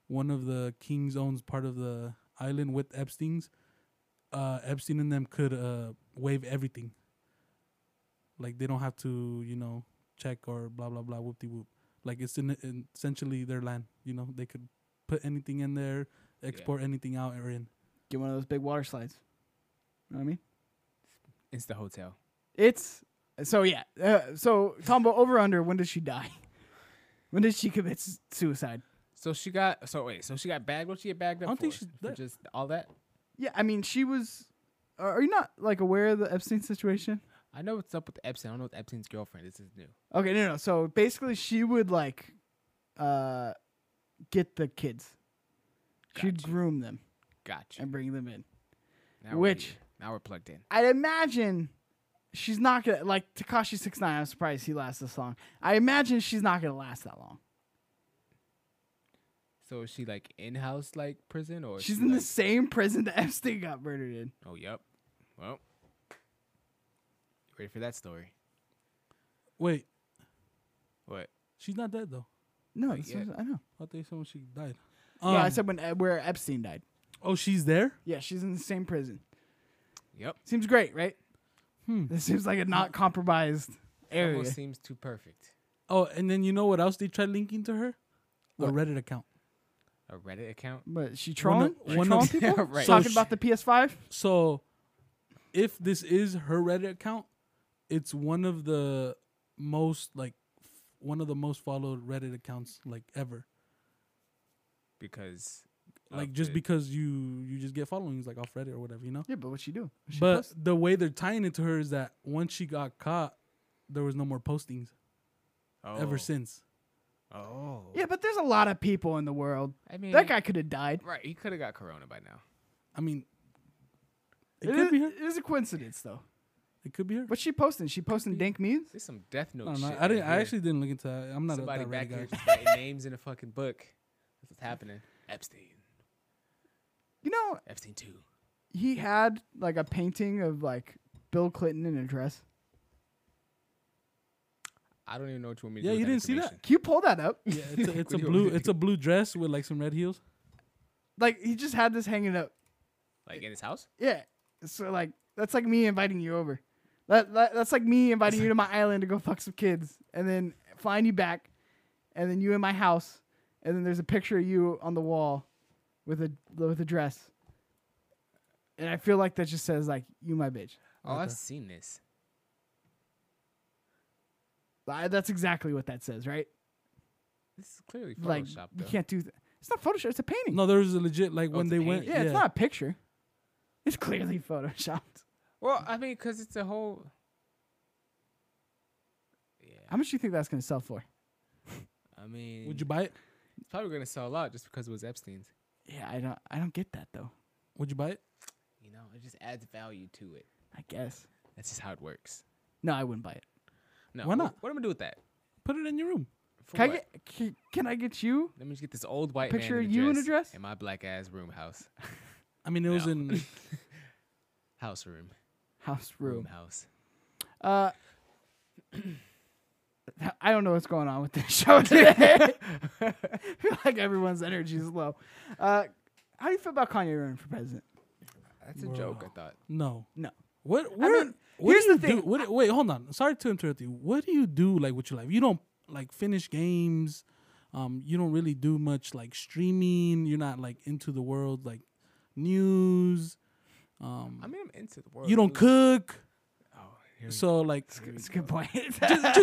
Speaker 3: one of the kings owns part of the island with Epstein's. Uh, Epstein and them could uh, waive everything. Like they don't have to, you know, check or blah blah blah whoop de whoop. Like it's in, in essentially their land. You know, they could put anything in there, export anything out or in.
Speaker 1: get one of those big water slides. You know what I mean?
Speaker 2: it's the hotel.
Speaker 1: It's So yeah. Uh, so combo over under. When did she die? When did she commit s- suicide?
Speaker 2: So she got. So wait. So she got bagged. What she get bagged up?
Speaker 3: I don't think
Speaker 2: for?
Speaker 3: she's
Speaker 2: For
Speaker 3: dead.
Speaker 2: just all that.
Speaker 1: Yeah, I mean she was. Are are you not like aware of the Epstein situation?
Speaker 2: I know what's up with Epstein. I don't know what Epstein's girlfriend. This is new.
Speaker 1: Okay, no, no. So basically, she would like, uh, get the kids. She'd
Speaker 2: Gotcha.
Speaker 1: groom them
Speaker 2: Gotcha.
Speaker 1: and bring them in.
Speaker 2: Now we're
Speaker 1: which-
Speaker 2: here. now we're plugged in.
Speaker 1: I'd imagine she's not gonna like Takashi Six Nine. I'm surprised he lasts this long. I imagine she's not gonna last that long.
Speaker 2: So is she like in house like prison or is
Speaker 1: She's
Speaker 2: she,
Speaker 1: in the
Speaker 2: like-
Speaker 1: same prison that Epstein got murdered in.
Speaker 2: Oh yep. Well, you ready for that story?
Speaker 3: Wait,
Speaker 2: What?
Speaker 3: she's not dead though.
Speaker 1: No,
Speaker 2: Not
Speaker 1: that's
Speaker 2: yet.
Speaker 1: what I know.
Speaker 3: I thought you said when she died.
Speaker 1: yeah, I
Speaker 3: Um,
Speaker 1: said when uh, where Epstein died.
Speaker 3: oh, she's there.
Speaker 1: Yeah, she's in the same prison.
Speaker 2: Yep.
Speaker 1: Seems great, right?
Speaker 3: Hmm.
Speaker 1: This seems like a not compromised area.
Speaker 2: Almost seems too perfect.
Speaker 3: Oh, and then you know what else they tried linking to her? A Reddit account.
Speaker 2: A Reddit account.
Speaker 1: But she trolling, she
Speaker 3: one
Speaker 1: trolling
Speaker 3: of-
Speaker 1: people,
Speaker 2: Yeah, right.
Speaker 1: talking
Speaker 3: So
Speaker 1: about the PS5.
Speaker 3: So, if this is her Reddit account, it's one of the most like f- one of the most followed Reddit accounts like ever.
Speaker 2: because
Speaker 3: Like
Speaker 2: of
Speaker 3: just
Speaker 2: the-
Speaker 3: because you you just get followings like off Reddit or whatever, you know.
Speaker 1: Yeah, but what she do? She
Speaker 3: but
Speaker 1: post-
Speaker 3: the way they're tying it to her is that once she got caught, there was no more postings
Speaker 2: Oh.
Speaker 3: ever since.
Speaker 2: Oh,
Speaker 1: yeah, but there's a lot of people in the world.
Speaker 2: I mean,
Speaker 1: That guy could have died.
Speaker 2: right? He could have got corona by now.
Speaker 3: I mean, it,
Speaker 1: It
Speaker 3: could
Speaker 1: is,
Speaker 3: be her.
Speaker 1: it is a coincidence, though.
Speaker 3: It could be her.
Speaker 1: What's she posting? She posting dank memes?
Speaker 2: There's some death note
Speaker 3: I don't know.
Speaker 2: Oh, shit.
Speaker 3: I didn't.
Speaker 2: right
Speaker 3: I
Speaker 2: here.
Speaker 3: actually didn't look into that. I'm not
Speaker 2: somebody
Speaker 3: a that
Speaker 2: back
Speaker 3: Reddit guy.
Speaker 2: here just writing names in a fucking book. That's what's happening. Epstein,
Speaker 1: You know,
Speaker 2: Epstein two.
Speaker 1: he had like a painting of like Bill Clinton in a dress.
Speaker 2: I don't even know what you want me to
Speaker 3: Yeah,
Speaker 2: do.
Speaker 3: you
Speaker 2: with
Speaker 3: didn't see that?
Speaker 2: information.
Speaker 1: Can you pull that up?
Speaker 3: Yeah, it's a, it's
Speaker 2: What do
Speaker 3: a
Speaker 2: you
Speaker 3: blue.
Speaker 2: want me
Speaker 3: It's a blue dress with like some red heels.
Speaker 1: Like he just had this hanging up.
Speaker 2: Like in his house?
Speaker 1: Yeah. So like that's like me inviting you over. That, that that's like me inviting you to my island to go fuck some kids, and then flying you back, and then you in my house, and then there's a picture of you on the wall, with a with a dress. And I feel like that just says like you my bitch.
Speaker 2: Oh, I've
Speaker 3: Okay.
Speaker 2: seen this.
Speaker 1: I, that's exactly what that says, right?
Speaker 2: This is clearly Photoshop.
Speaker 1: like
Speaker 2: though.
Speaker 1: you can't do that. It's not Photoshop. It's a painting.
Speaker 3: No, there was a legit like
Speaker 2: Oh,
Speaker 3: when
Speaker 2: it's
Speaker 3: they
Speaker 2: a
Speaker 3: went.
Speaker 2: painting.
Speaker 1: yeah, it's not a picture. It's clearly photoshopped.
Speaker 2: Well, I mean, because it's a whole. Yeah,
Speaker 1: How much do you think that's gonna sell for?
Speaker 2: I mean,
Speaker 3: Would you buy it?
Speaker 2: it's probably gonna sell out just because it was Epstein's.
Speaker 1: Yeah, I don't. I don't get that though.
Speaker 3: Would you buy it?
Speaker 2: You know, it just adds value to it.
Speaker 1: I guess.
Speaker 2: That's just how it works.
Speaker 1: No, I wouldn't buy it.
Speaker 2: No,
Speaker 3: Why
Speaker 2: wh-
Speaker 3: not?
Speaker 2: What, am I gonna do with that?
Speaker 3: Put it in your room.
Speaker 2: For
Speaker 1: Can I
Speaker 2: what?
Speaker 1: get? Can, can I get you?
Speaker 2: Let me just get this old white
Speaker 1: Picture
Speaker 2: man in a
Speaker 1: you in
Speaker 2: dress
Speaker 1: a dress?
Speaker 2: in my black ass room house
Speaker 3: I mean, it was
Speaker 2: No.
Speaker 3: in.
Speaker 2: house room
Speaker 1: House
Speaker 2: room
Speaker 1: room.
Speaker 2: house.
Speaker 1: Uh, I don't know what's going on with this show today. I feel like everyone's energy is low. Uh, how do you feel about Kanye running for president?
Speaker 2: That's a joke. I thought.
Speaker 3: No.
Speaker 1: No.
Speaker 3: What? Where,
Speaker 1: mean,
Speaker 3: what
Speaker 1: here's
Speaker 3: do you
Speaker 1: the
Speaker 3: do-
Speaker 1: thing.
Speaker 3: what- wait, hold on. Sorry to interrupt you. What do you do like with your life? You don't like finish games. Um, you don't really do much like streaming. You're not like into the world like news.
Speaker 2: I mean, I'm into the world.
Speaker 3: You don't
Speaker 2: news.
Speaker 3: cook.
Speaker 2: Oh, here we
Speaker 3: So like,
Speaker 1: It's a good point.
Speaker 3: just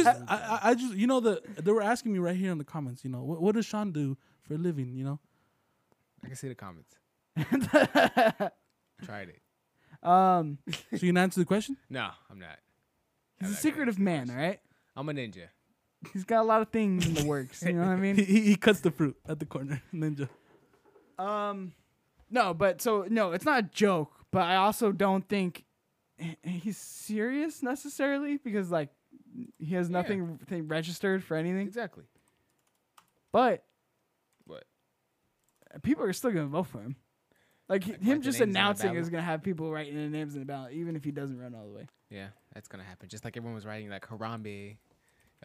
Speaker 3: I, I, I just you know the they were asking me right here in the comments. You know what, what does Sean do for a living? You know.
Speaker 2: I can see the comments. Tried it.
Speaker 1: um,
Speaker 3: So you can answer the question.
Speaker 2: No, I'm not.
Speaker 1: he's a secretive man, all right?
Speaker 2: I'm a ninja.
Speaker 1: He's got a lot of things in the works. You know what I mean?
Speaker 3: He, he, he cuts the fruit at the corner, ninja.
Speaker 1: Um, no, but so no, it's not a joke. But I also don't think h- he's serious necessarily because like he has
Speaker 2: Yeah.
Speaker 1: nothing thing registered for anything.
Speaker 2: Exactly.
Speaker 1: But
Speaker 2: What?
Speaker 1: people are still gonna vote for him. Like, h-
Speaker 2: Like, write
Speaker 1: him
Speaker 2: the
Speaker 1: just
Speaker 2: names on the
Speaker 1: announcing
Speaker 2: ballot?
Speaker 1: is gonna have people writing their names in the ballot, even if he doesn't run all the way.
Speaker 2: Yeah, that's gonna happen. Just like everyone was writing like Harambe.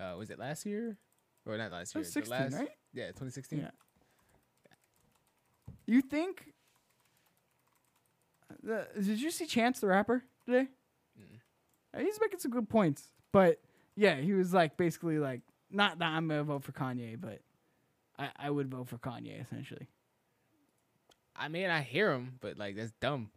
Speaker 2: Uh, was it last year? Or not last
Speaker 1: That
Speaker 2: year?
Speaker 1: was
Speaker 2: the
Speaker 1: 16,
Speaker 2: last,
Speaker 1: right?
Speaker 2: Yeah, 2016.
Speaker 1: Yeah. You think? The, did you see Chance the Rapper today?
Speaker 2: Mm.
Speaker 1: Uh, He's making some good points, but yeah, he was like basically like not that I'm gonna vote for Kanye, but I, I would vote for Kanye essentially.
Speaker 2: I mean, I hear him, but like that's dumb.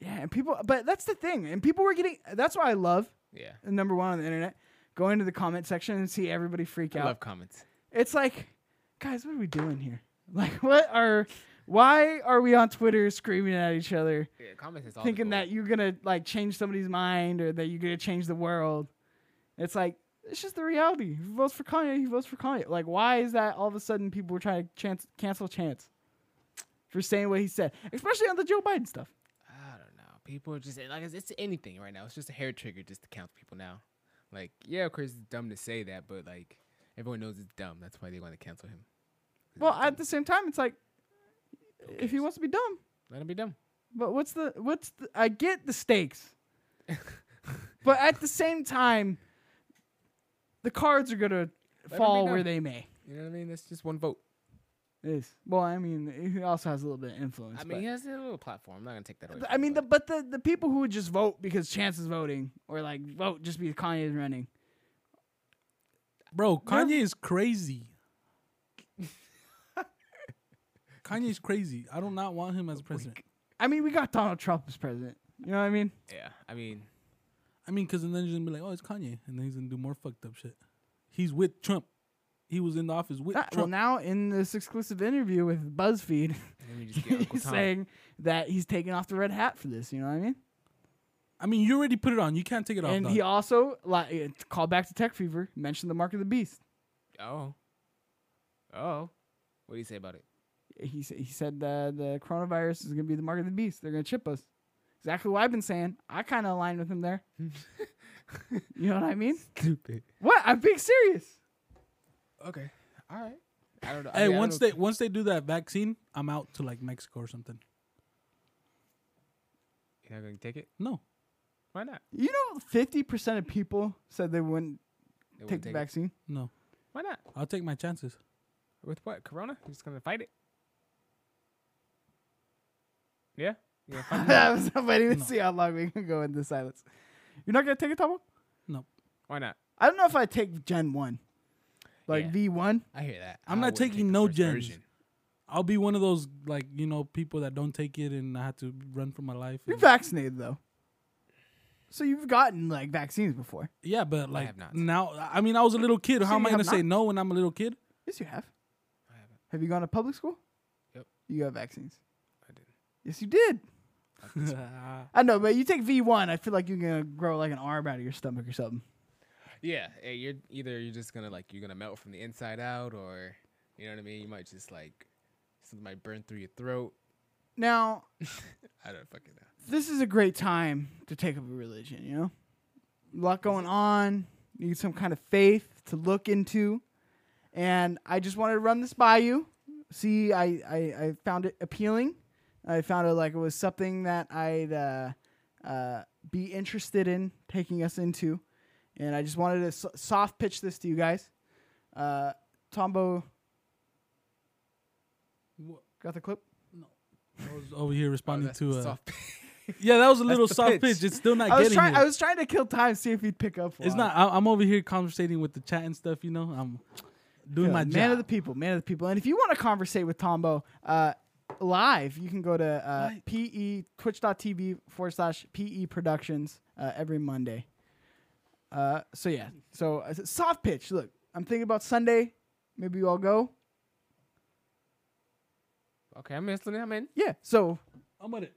Speaker 1: Yeah, and people, but that's the thing, and people were getting. That's what I love
Speaker 2: Yeah.
Speaker 1: number one on the internet. Go into the comment section and see everybody freak
Speaker 2: I
Speaker 1: out.
Speaker 2: love comments.
Speaker 1: It's like, guys, what are we doing here? Like, what are, why are we on Twitter screaming at each other,
Speaker 2: Yeah, comments is all
Speaker 1: thinking that you're gonna like change somebody's mind or that you're gonna change the world? It's like it's just the reality. If he votes for Kanye, he votes for Kanye. Like, why is that all of a sudden people were trying to chance, cancel Chance for saying what he said, especially on the Joe Biden stuff?
Speaker 2: I don't know. People are just like it's, it's anything right now. It's just a hair trigger just to count people now. Like, yeah, of course it's dumb to say that, but like everyone knows it's dumb. That's why they want to cancel him. 'Cause
Speaker 1: Well,
Speaker 2: it's
Speaker 1: at
Speaker 2: dumb.
Speaker 1: the same time, it's like if he
Speaker 2: cares?
Speaker 1: wants to be dumb,
Speaker 2: let him be dumb.
Speaker 1: But what's the what's the, I get the stakes, but at the same time, the cards are gonna
Speaker 2: be
Speaker 1: fall where
Speaker 2: known.
Speaker 1: they may.
Speaker 2: You know what I mean? That's just one vote.
Speaker 1: It Is well, I mean, he also has a little bit of influence.
Speaker 2: I mean, he has a little platform. I'm not gonna take that away.
Speaker 1: but,
Speaker 2: from
Speaker 1: I
Speaker 2: him,
Speaker 1: mean, the,
Speaker 2: but
Speaker 1: but the the people who would just vote because Chance is voting, or like vote just because Kanye is running.
Speaker 3: Bro, Kanye is crazy. Kanye is crazy. I do not want him as president.
Speaker 1: I mean, we got Donald Trump as president. You know what I mean?
Speaker 2: yeah, I mean,
Speaker 3: I mean, because then you're gonna be like, oh, it's Kanye, and then he's gonna do more fucked up shit. He's with Trump. He was in the office with
Speaker 1: That- Ah, well,
Speaker 3: Trump.
Speaker 1: now in this exclusive interview with BuzzFeed,
Speaker 2: let me just get Uncle
Speaker 1: he's
Speaker 2: Tom.
Speaker 1: saying that he's taking off the red hat for this. You know what I mean?
Speaker 3: I mean, you already put it on. You can't take it off.
Speaker 1: and
Speaker 3: dog.
Speaker 1: he also like uh, called back to Tech Fever, mentioned the mark of the beast.
Speaker 2: oh, oh, what do you say about it?
Speaker 1: He sa- he said uh, the coronavirus is gonna be the mark of the beast. They're gonna chip us. Exactly what I've been saying. I kind of aligned with him there. you know what I mean?
Speaker 2: Stupid.
Speaker 1: What? I'm being serious.
Speaker 2: Okay. All right. I don't know. I
Speaker 3: hey,
Speaker 2: mean, I
Speaker 3: once
Speaker 2: don't-
Speaker 3: they once they do that vaccine, I'm out to like Mexico or something.
Speaker 2: you're not gonna take it.
Speaker 3: No,
Speaker 2: Why not?
Speaker 1: You know, fifty percent of people said they wouldn't
Speaker 2: They won't
Speaker 1: take the
Speaker 2: it.
Speaker 1: vaccine.
Speaker 3: no,
Speaker 2: Why not?
Speaker 3: I'll take my chances.
Speaker 2: With what? Corona? You're just gonna fight it? Yeah. Yeah.
Speaker 1: I was waiting to
Speaker 3: No.
Speaker 1: see how long we can go in the silence. You're not gonna take it, Tomo?
Speaker 3: No,
Speaker 2: Why not?
Speaker 1: I don't know if I take Gen One, like
Speaker 2: Yeah.
Speaker 1: V One.
Speaker 2: I hear that.
Speaker 3: I'm
Speaker 2: I
Speaker 3: not
Speaker 2: wouldn't take
Speaker 3: taking
Speaker 2: the
Speaker 3: no
Speaker 2: first
Speaker 3: gens.
Speaker 2: version.
Speaker 3: I'll be one of those like you know people that don't take it and I have to run for my life.
Speaker 1: You're
Speaker 2: Mm-hmm.
Speaker 3: and-
Speaker 1: vaccinated though, so you've gotten like vaccines before.
Speaker 3: yeah, but like
Speaker 2: have not.
Speaker 3: now, I mean, I was a little kid.
Speaker 1: So
Speaker 3: How am
Speaker 1: you
Speaker 3: I gonna
Speaker 1: have
Speaker 3: say
Speaker 1: not?
Speaker 3: no when I'm a little kid?
Speaker 1: Yes, you have.
Speaker 2: I haven't.
Speaker 1: Have you gone to public school?
Speaker 2: Yep.
Speaker 1: You got vaccines.
Speaker 2: I didn't.
Speaker 1: Yes, you did.
Speaker 3: yeah,
Speaker 1: I know, but you take V one. I feel like you're gonna grow like an arm out of your stomach or something.
Speaker 2: Yeah. eh, You're either you're just gonna like you're gonna melt from the inside out, or you know what I mean. You might just like something might burn through your throat.
Speaker 1: Now,
Speaker 2: I don't fucking know.
Speaker 1: this is a great time to take up a religion. You know, a lot going on. You need some kind of faith to look into, and I just wanted to run this by you. See, I I, I found it appealing. I found it like it was something that I'd uh, uh, be interested in taking us into, and I just wanted to so- soft pitch this to you guys. Uh, Tombo got the clip.
Speaker 3: I was over here responding
Speaker 2: Oh, that's
Speaker 3: to. Uh,
Speaker 2: soft.
Speaker 3: Yeah, that was a little
Speaker 2: the
Speaker 3: soft
Speaker 2: pitch.
Speaker 3: pitch. It's still not
Speaker 1: I was
Speaker 3: getting
Speaker 1: trying.
Speaker 3: here.
Speaker 1: I was trying to kill time, see if he'd pick up. for
Speaker 3: it's
Speaker 1: it.
Speaker 3: not. I, I'm over here conversating with the chat and stuff. You know, I'm doing
Speaker 1: Yeah,
Speaker 3: my
Speaker 1: man
Speaker 3: job.
Speaker 1: of the people, man of the people. And if you want to conversate with Tombo uh, live, you can go to uh,
Speaker 3: Right.
Speaker 1: pe twitch.tv forward slash pe productions uh, every Monday. Uh, so yeah, so uh, soft pitch. Look, I'm thinking about Sunday. Maybe you all go.
Speaker 2: okay, I'm listening. I'm in.
Speaker 1: Yeah. So
Speaker 3: I'm with it.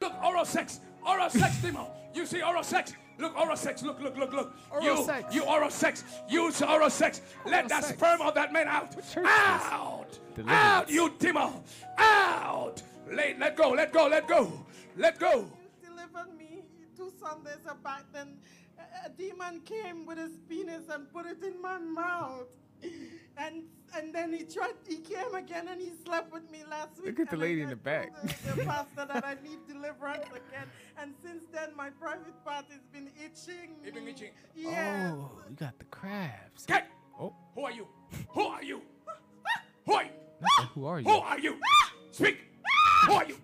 Speaker 5: Look, oral sex, oral sex, Demo. You see oral sex. Look, oral sex. Look, look, look, look.
Speaker 1: Oral
Speaker 5: you,
Speaker 1: sex.
Speaker 5: you oral sex. Use oral sex. Let that
Speaker 2: sex.
Speaker 5: sperm of that man out.
Speaker 2: church is
Speaker 5: Out. Out, you Demo. Out. Let, let go. Let go. Let go. Let go.
Speaker 6: Jesus delivered me two Sundays back. Then a a demon came with his penis and put it in my mouth. And and then he tried. He came again and he slept with me last week.
Speaker 2: Look at the
Speaker 6: and
Speaker 2: lady
Speaker 6: I
Speaker 2: in the
Speaker 6: told
Speaker 2: back.
Speaker 6: The, the pastor that I need deliverance again. And since then, my private part has been itching.
Speaker 5: It been
Speaker 6: me.
Speaker 5: itching.
Speaker 6: Yes.
Speaker 2: Oh, you got the crabs.
Speaker 5: Get.
Speaker 2: Oh.
Speaker 5: Who are you? Who are you? Who are you?
Speaker 2: Nothing. Who are you?
Speaker 5: Who are you? Speak. Who are you?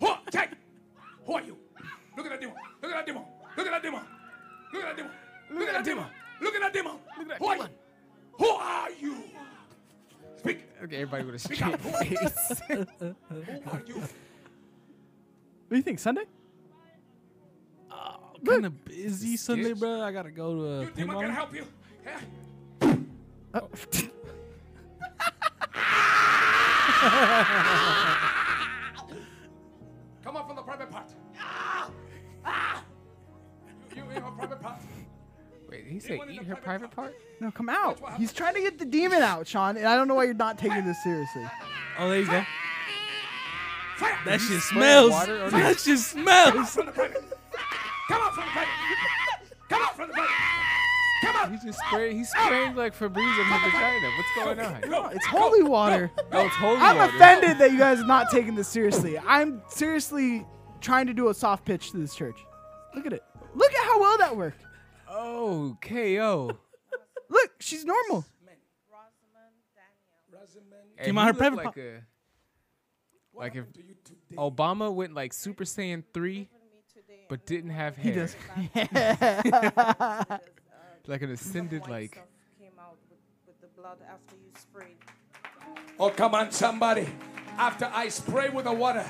Speaker 5: Who? Take. Who are you? Look at that demon. Look at that demon. Look at that demon. Look at that demon. Look at that demon. Look at that demon. Who are you? Who are you? Speak.
Speaker 2: Okay, everybody with a
Speaker 5: Speak out.
Speaker 2: straight
Speaker 5: Who are you?
Speaker 2: face.
Speaker 5: Who are you?
Speaker 1: do you think? Sunday?
Speaker 3: kind of busy Sunday,
Speaker 2: Excuse-
Speaker 3: bro. I gotta go to. uh, a
Speaker 5: You demon
Speaker 3: paintball.
Speaker 5: can help you. Yeah.
Speaker 1: Uh,
Speaker 5: Come up from the private part. Ah! You, you in her private part.
Speaker 2: Wait, he said
Speaker 5: wanted
Speaker 2: eat
Speaker 5: a
Speaker 2: her private
Speaker 5: private
Speaker 2: part?
Speaker 1: No, come out. He's trying to get the demon out, Sean, and I don't know why you're not taking this seriously.
Speaker 3: Oh, there you go.
Speaker 5: Fire!
Speaker 3: That shit
Speaker 2: smells.
Speaker 3: smells.
Speaker 2: water on
Speaker 3: That shit smells.
Speaker 5: From the private. Come out from the private. Come out from the private. Come out.
Speaker 2: He just sprayed. He sprayed like Febreze in her vagina. What's going on?
Speaker 5: Go.
Speaker 1: It's holy water.
Speaker 2: Oh, it's holy
Speaker 1: I'm
Speaker 2: water.
Speaker 1: offended that you guys are not taking this seriously. I'm seriously trying to do a soft pitch to this church. Look at it. Look at how well that worked.
Speaker 2: Oh, KO.
Speaker 1: Look, she's normal.
Speaker 6: Rosamond Daniel.
Speaker 2: Hey,
Speaker 3: Came
Speaker 2: he
Speaker 3: out her
Speaker 2: looked
Speaker 3: private
Speaker 2: like
Speaker 3: part.
Speaker 2: a, like if Obama went like Super Saiyan three,
Speaker 6: Given me today
Speaker 2: but
Speaker 6: and
Speaker 2: didn't have
Speaker 1: He
Speaker 2: hair.
Speaker 1: does.
Speaker 2: Like an ascended
Speaker 6: uh, white
Speaker 2: like.
Speaker 6: stuff came out with, with the blood after you sprayed.
Speaker 5: Oh, come on, somebody. After I spray with the water,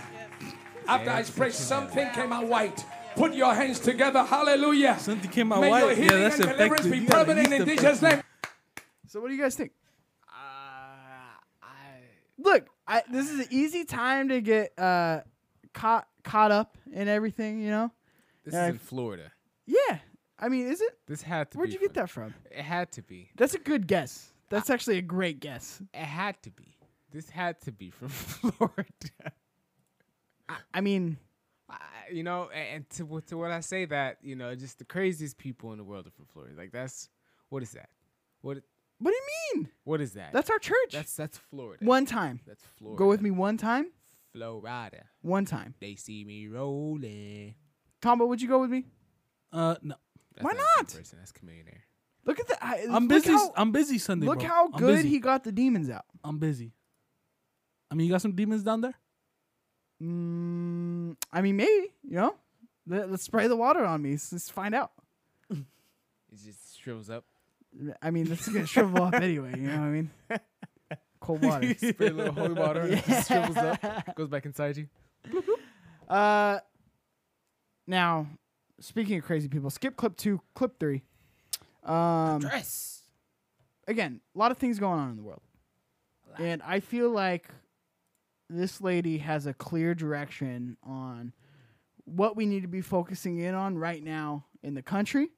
Speaker 5: after I spray, something came out white. Put your hands together. Hallelujah.
Speaker 3: Something came out
Speaker 5: May
Speaker 3: white.
Speaker 5: your
Speaker 3: Yeah,
Speaker 5: healing
Speaker 3: that's
Speaker 5: and deliverance
Speaker 3: effective.
Speaker 5: be
Speaker 3: You gotta
Speaker 5: permanent
Speaker 3: use
Speaker 5: in
Speaker 3: the
Speaker 5: Jesus'
Speaker 3: effective.
Speaker 5: name.
Speaker 1: so what do you guys think?
Speaker 2: Uh, I
Speaker 1: Look, I, this is an easy time to get uh, caught caught up in everything, you know?
Speaker 2: this
Speaker 1: Yeah,
Speaker 2: is
Speaker 1: I-
Speaker 2: in Florida.
Speaker 1: Yeah. I mean, is it?
Speaker 2: This had to.
Speaker 1: Where'd
Speaker 2: be
Speaker 1: you get
Speaker 2: Florida.
Speaker 1: that from?
Speaker 2: It had to be.
Speaker 1: That's a good guess. That's actually a great guess.
Speaker 2: It had to be. This had to be from Florida.
Speaker 1: I mean,
Speaker 2: I, you know, a- and to wh- to what I say that you know, just the craziest people in the world are from Florida. Like that's what is that? What
Speaker 1: what do you mean?
Speaker 2: what is that?
Speaker 1: That's our church.
Speaker 2: that's that's Florida.
Speaker 1: one time.
Speaker 2: That's Florida.
Speaker 1: Go with me one time.
Speaker 2: Florida.
Speaker 1: One time.
Speaker 2: They see me rolling.
Speaker 1: Tombo, would you go with me?
Speaker 3: Uh, no.
Speaker 2: That's
Speaker 1: Why
Speaker 2: the same
Speaker 1: not?
Speaker 2: Person, that's millionaire.
Speaker 1: Look at the. I,
Speaker 3: I'm
Speaker 1: look
Speaker 3: busy.
Speaker 1: How,
Speaker 3: I'm busy Sunday.
Speaker 1: look
Speaker 3: bro.
Speaker 1: how
Speaker 3: I'm
Speaker 1: good
Speaker 3: busy.
Speaker 1: he got the demons out.
Speaker 3: I'm busy. I mean, you got some demons down there.
Speaker 1: Mm, I mean, maybe you know. Let, let's spray the water on me. Let's, let's find out.
Speaker 2: It just shrivels up.
Speaker 1: I mean, this is gonna shrivel up anyway. You know what I mean? Cold water.
Speaker 2: Spray a little holy water. and it just shrivels up. Goes back inside you.
Speaker 1: Uh, now, speaking of crazy people, skip clip two, clip three. Um,
Speaker 2: Dress.
Speaker 1: again, a lot of things going on in the world. And I feel like this lady has a clear direction on what we need to be focusing in on right now in the country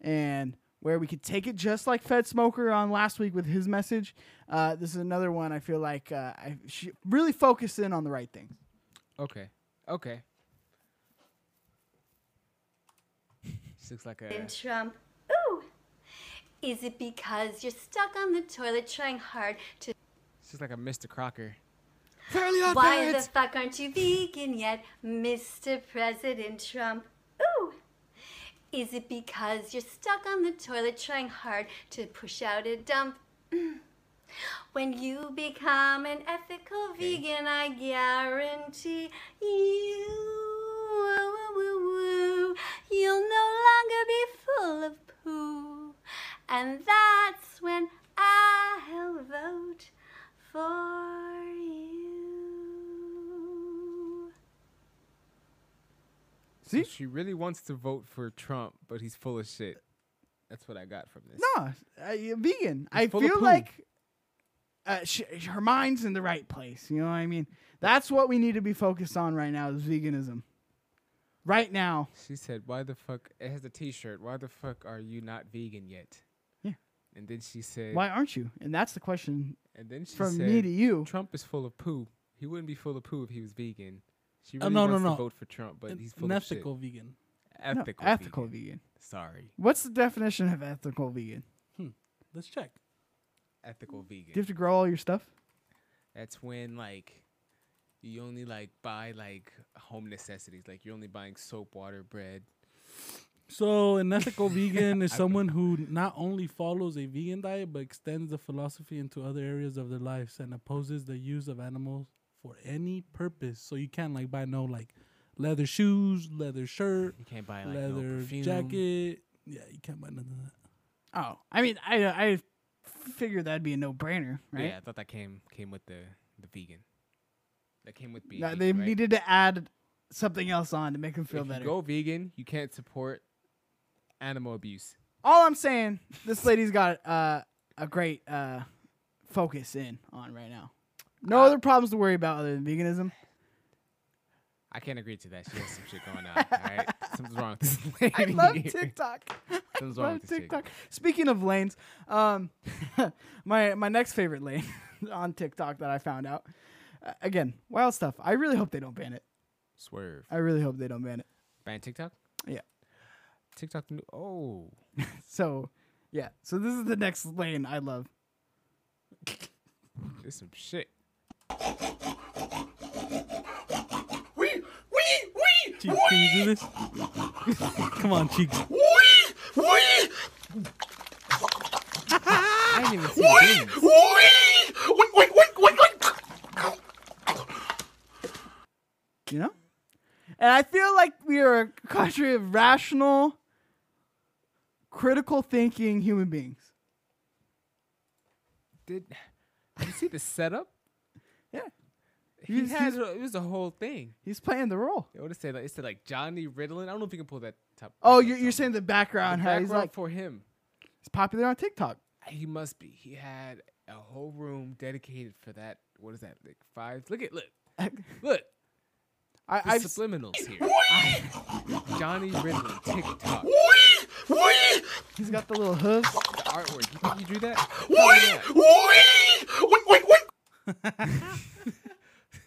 Speaker 1: and where we could take it just like Fed Smoker on last week with his message. Uh, this is another one I feel like uh, I, she really focused in on the right things.
Speaker 2: Okay. Okay. She looks like a.
Speaker 7: And Trump, ooh, is it because you're stuck on the toilet trying hard to?
Speaker 2: She's like a Mr. Crocker.
Speaker 7: Why the fuck aren't you vegan yet, Mr. President Trump? Ooh, is it because you're stuck on the toilet trying hard to push out a dump? When you become an ethical vegan, I guarantee you woo, woo, woo, woo, you'll no longer be full of poo. And that's when I'll vote for you.
Speaker 2: See, she really wants to vote for Trump, but he's full of shit. That's what I got from this.
Speaker 1: No, uh, you're vegan. I
Speaker 2: full of
Speaker 1: feel
Speaker 2: poo.
Speaker 1: like uh, sh her mind's in the right place. You know what I mean? That's what we need to be focused on right now is veganism. Right now,
Speaker 2: She said, "Why the fuck?" It has a T-shirt. Why the fuck are you not vegan yet?
Speaker 1: Yeah.
Speaker 2: And then she said,
Speaker 1: why aren't you? And that's the question
Speaker 2: And then she
Speaker 1: from
Speaker 2: said,
Speaker 1: me to you.
Speaker 2: Trump is full of poo. He wouldn't be full of poo if he was vegan. She
Speaker 3: Uh,
Speaker 2: really
Speaker 3: no, no,
Speaker 2: wants
Speaker 3: no.
Speaker 2: to vote for Trump, but he's full
Speaker 3: An
Speaker 2: of
Speaker 3: ethical
Speaker 2: shit.
Speaker 3: vegan.
Speaker 1: No,
Speaker 2: Ethical,
Speaker 1: ethical
Speaker 2: vegan.
Speaker 1: vegan.
Speaker 2: Sorry,
Speaker 1: What's the definition of ethical vegan?
Speaker 3: Let's check.
Speaker 2: ethical vegan.
Speaker 1: Do you have to grow all your stuff?
Speaker 2: That's when like you only like buy like home necessities. Like you're only buying soap, water, bread.
Speaker 3: So, an ethical vegan is someone who not only follows a vegan diet but extends the philosophy into other areas of their lives and opposes the use of animals for any purpose. So you can't like buy no like leather shoes, leather shirt,
Speaker 2: You can't buy like no
Speaker 3: leather
Speaker 2: perfume.
Speaker 3: jacket. Yeah, you can't buy none of that.
Speaker 1: Oh, I mean, I I figured that'd be a no brainer, right?
Speaker 2: Yeah, I thought that came came with the the vegan. That came with being.
Speaker 1: Now,
Speaker 2: vegan,
Speaker 1: they
Speaker 2: right?
Speaker 1: needed to add something else on to make him feel
Speaker 2: if
Speaker 1: better.
Speaker 2: you go vegan, you can't support animal abuse.
Speaker 1: All I'm saying, this lady's got uh, a great uh, focus in on right now. No other problems to worry about other than veganism.
Speaker 2: I can't agree to that. She has some shit going on. All right, something's wrong with this lady.
Speaker 1: I love
Speaker 2: here.
Speaker 1: TikTok. I
Speaker 2: Something's wrong
Speaker 1: love
Speaker 2: with this TikTok.
Speaker 1: TikTok. Speaking of lanes, um, my my next favorite lane on TikTok that I found out. Uh, again, wild stuff. I really hope they don't ban it.
Speaker 2: Swerve.
Speaker 1: I really hope they don't ban it.
Speaker 2: Ban TikTok.
Speaker 1: Yeah.
Speaker 2: TikTok. New- oh,
Speaker 1: So, yeah. So this is the next lane I love.
Speaker 2: there's some shit.
Speaker 5: Wee, wee, wee,
Speaker 3: Cheeks, can you do this? Come on, Cheeks.
Speaker 5: wee, wee,
Speaker 2: I didn't even see beans.
Speaker 5: wee, wee, wee, wee, wee, wee.
Speaker 1: You know. And I feel like we are a country of rational, critical thinking human beings.
Speaker 2: Did you see the setup?
Speaker 1: Yeah.
Speaker 2: He
Speaker 1: He's-
Speaker 2: had it was the whole thing.
Speaker 1: He's playing the role.
Speaker 2: It would have said like, it said like Johnny Ritalin. I don't know if you can pull that top.
Speaker 1: Oh,
Speaker 2: that
Speaker 1: you're, you're
Speaker 2: top.
Speaker 1: saying the
Speaker 2: The
Speaker 1: background, how he's
Speaker 2: background
Speaker 1: like
Speaker 2: for him.
Speaker 1: he's popular on TikTok.
Speaker 2: He must be. He had a whole room dedicated for that. What is that? Like five. Look at look
Speaker 1: I,
Speaker 2: look. The
Speaker 1: I've s-
Speaker 2: subliminals here. Ah, Johnny Ritalin TikTok.
Speaker 1: he's got the little hooves.
Speaker 2: The artwork. You think he drew that?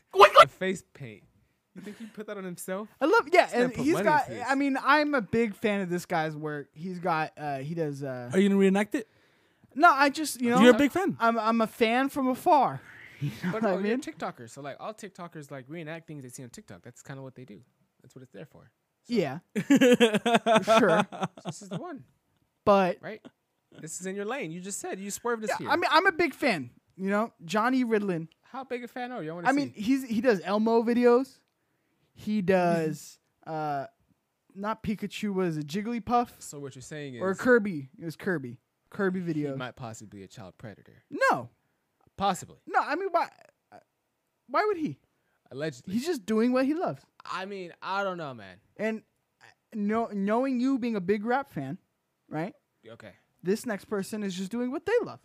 Speaker 2: Probably not. The face paint. You think he put that on himself?
Speaker 1: I love yeah,
Speaker 2: gonna
Speaker 1: and
Speaker 2: put
Speaker 1: he's
Speaker 2: money
Speaker 1: got.
Speaker 2: into this.
Speaker 1: I mean, I'm a big fan of this guy's work. He's got. uh He does. uh
Speaker 3: Are you gonna reenact it?
Speaker 1: No, I just you know.
Speaker 3: You're a big fan.
Speaker 1: I'm I'm a fan from afar.
Speaker 2: But
Speaker 1: I
Speaker 2: no, you're a
Speaker 1: mean-
Speaker 2: TikToker, so like all TikTokers like reenact things they see on TikTok. That's kind of what they do. That's what it's there for.
Speaker 1: Yeah, sure,
Speaker 2: This is the one,
Speaker 1: but
Speaker 2: right? This is in your lane. You just said you swerved us here.
Speaker 1: I mean, I'm a big fan. You know, Johnny Ridlin.
Speaker 2: how big a fan are you? I want to
Speaker 1: I mean, he's he does Elmo videos. He does. uh Not Pikachu was a Jigglypuff
Speaker 2: so what you're saying is
Speaker 1: or Kirby. It was Kirby. Kirby
Speaker 2: he
Speaker 1: videos.
Speaker 2: might possibly be a child predator.
Speaker 1: No,
Speaker 2: Possibly,
Speaker 1: no. I mean, why? Why would he?
Speaker 2: allegedly.
Speaker 1: He's just doing what he loves.
Speaker 2: I mean, I don't know, man.
Speaker 1: And know, knowing you being a big rap fan, right?
Speaker 2: Okay.
Speaker 1: This next person is just doing what they love.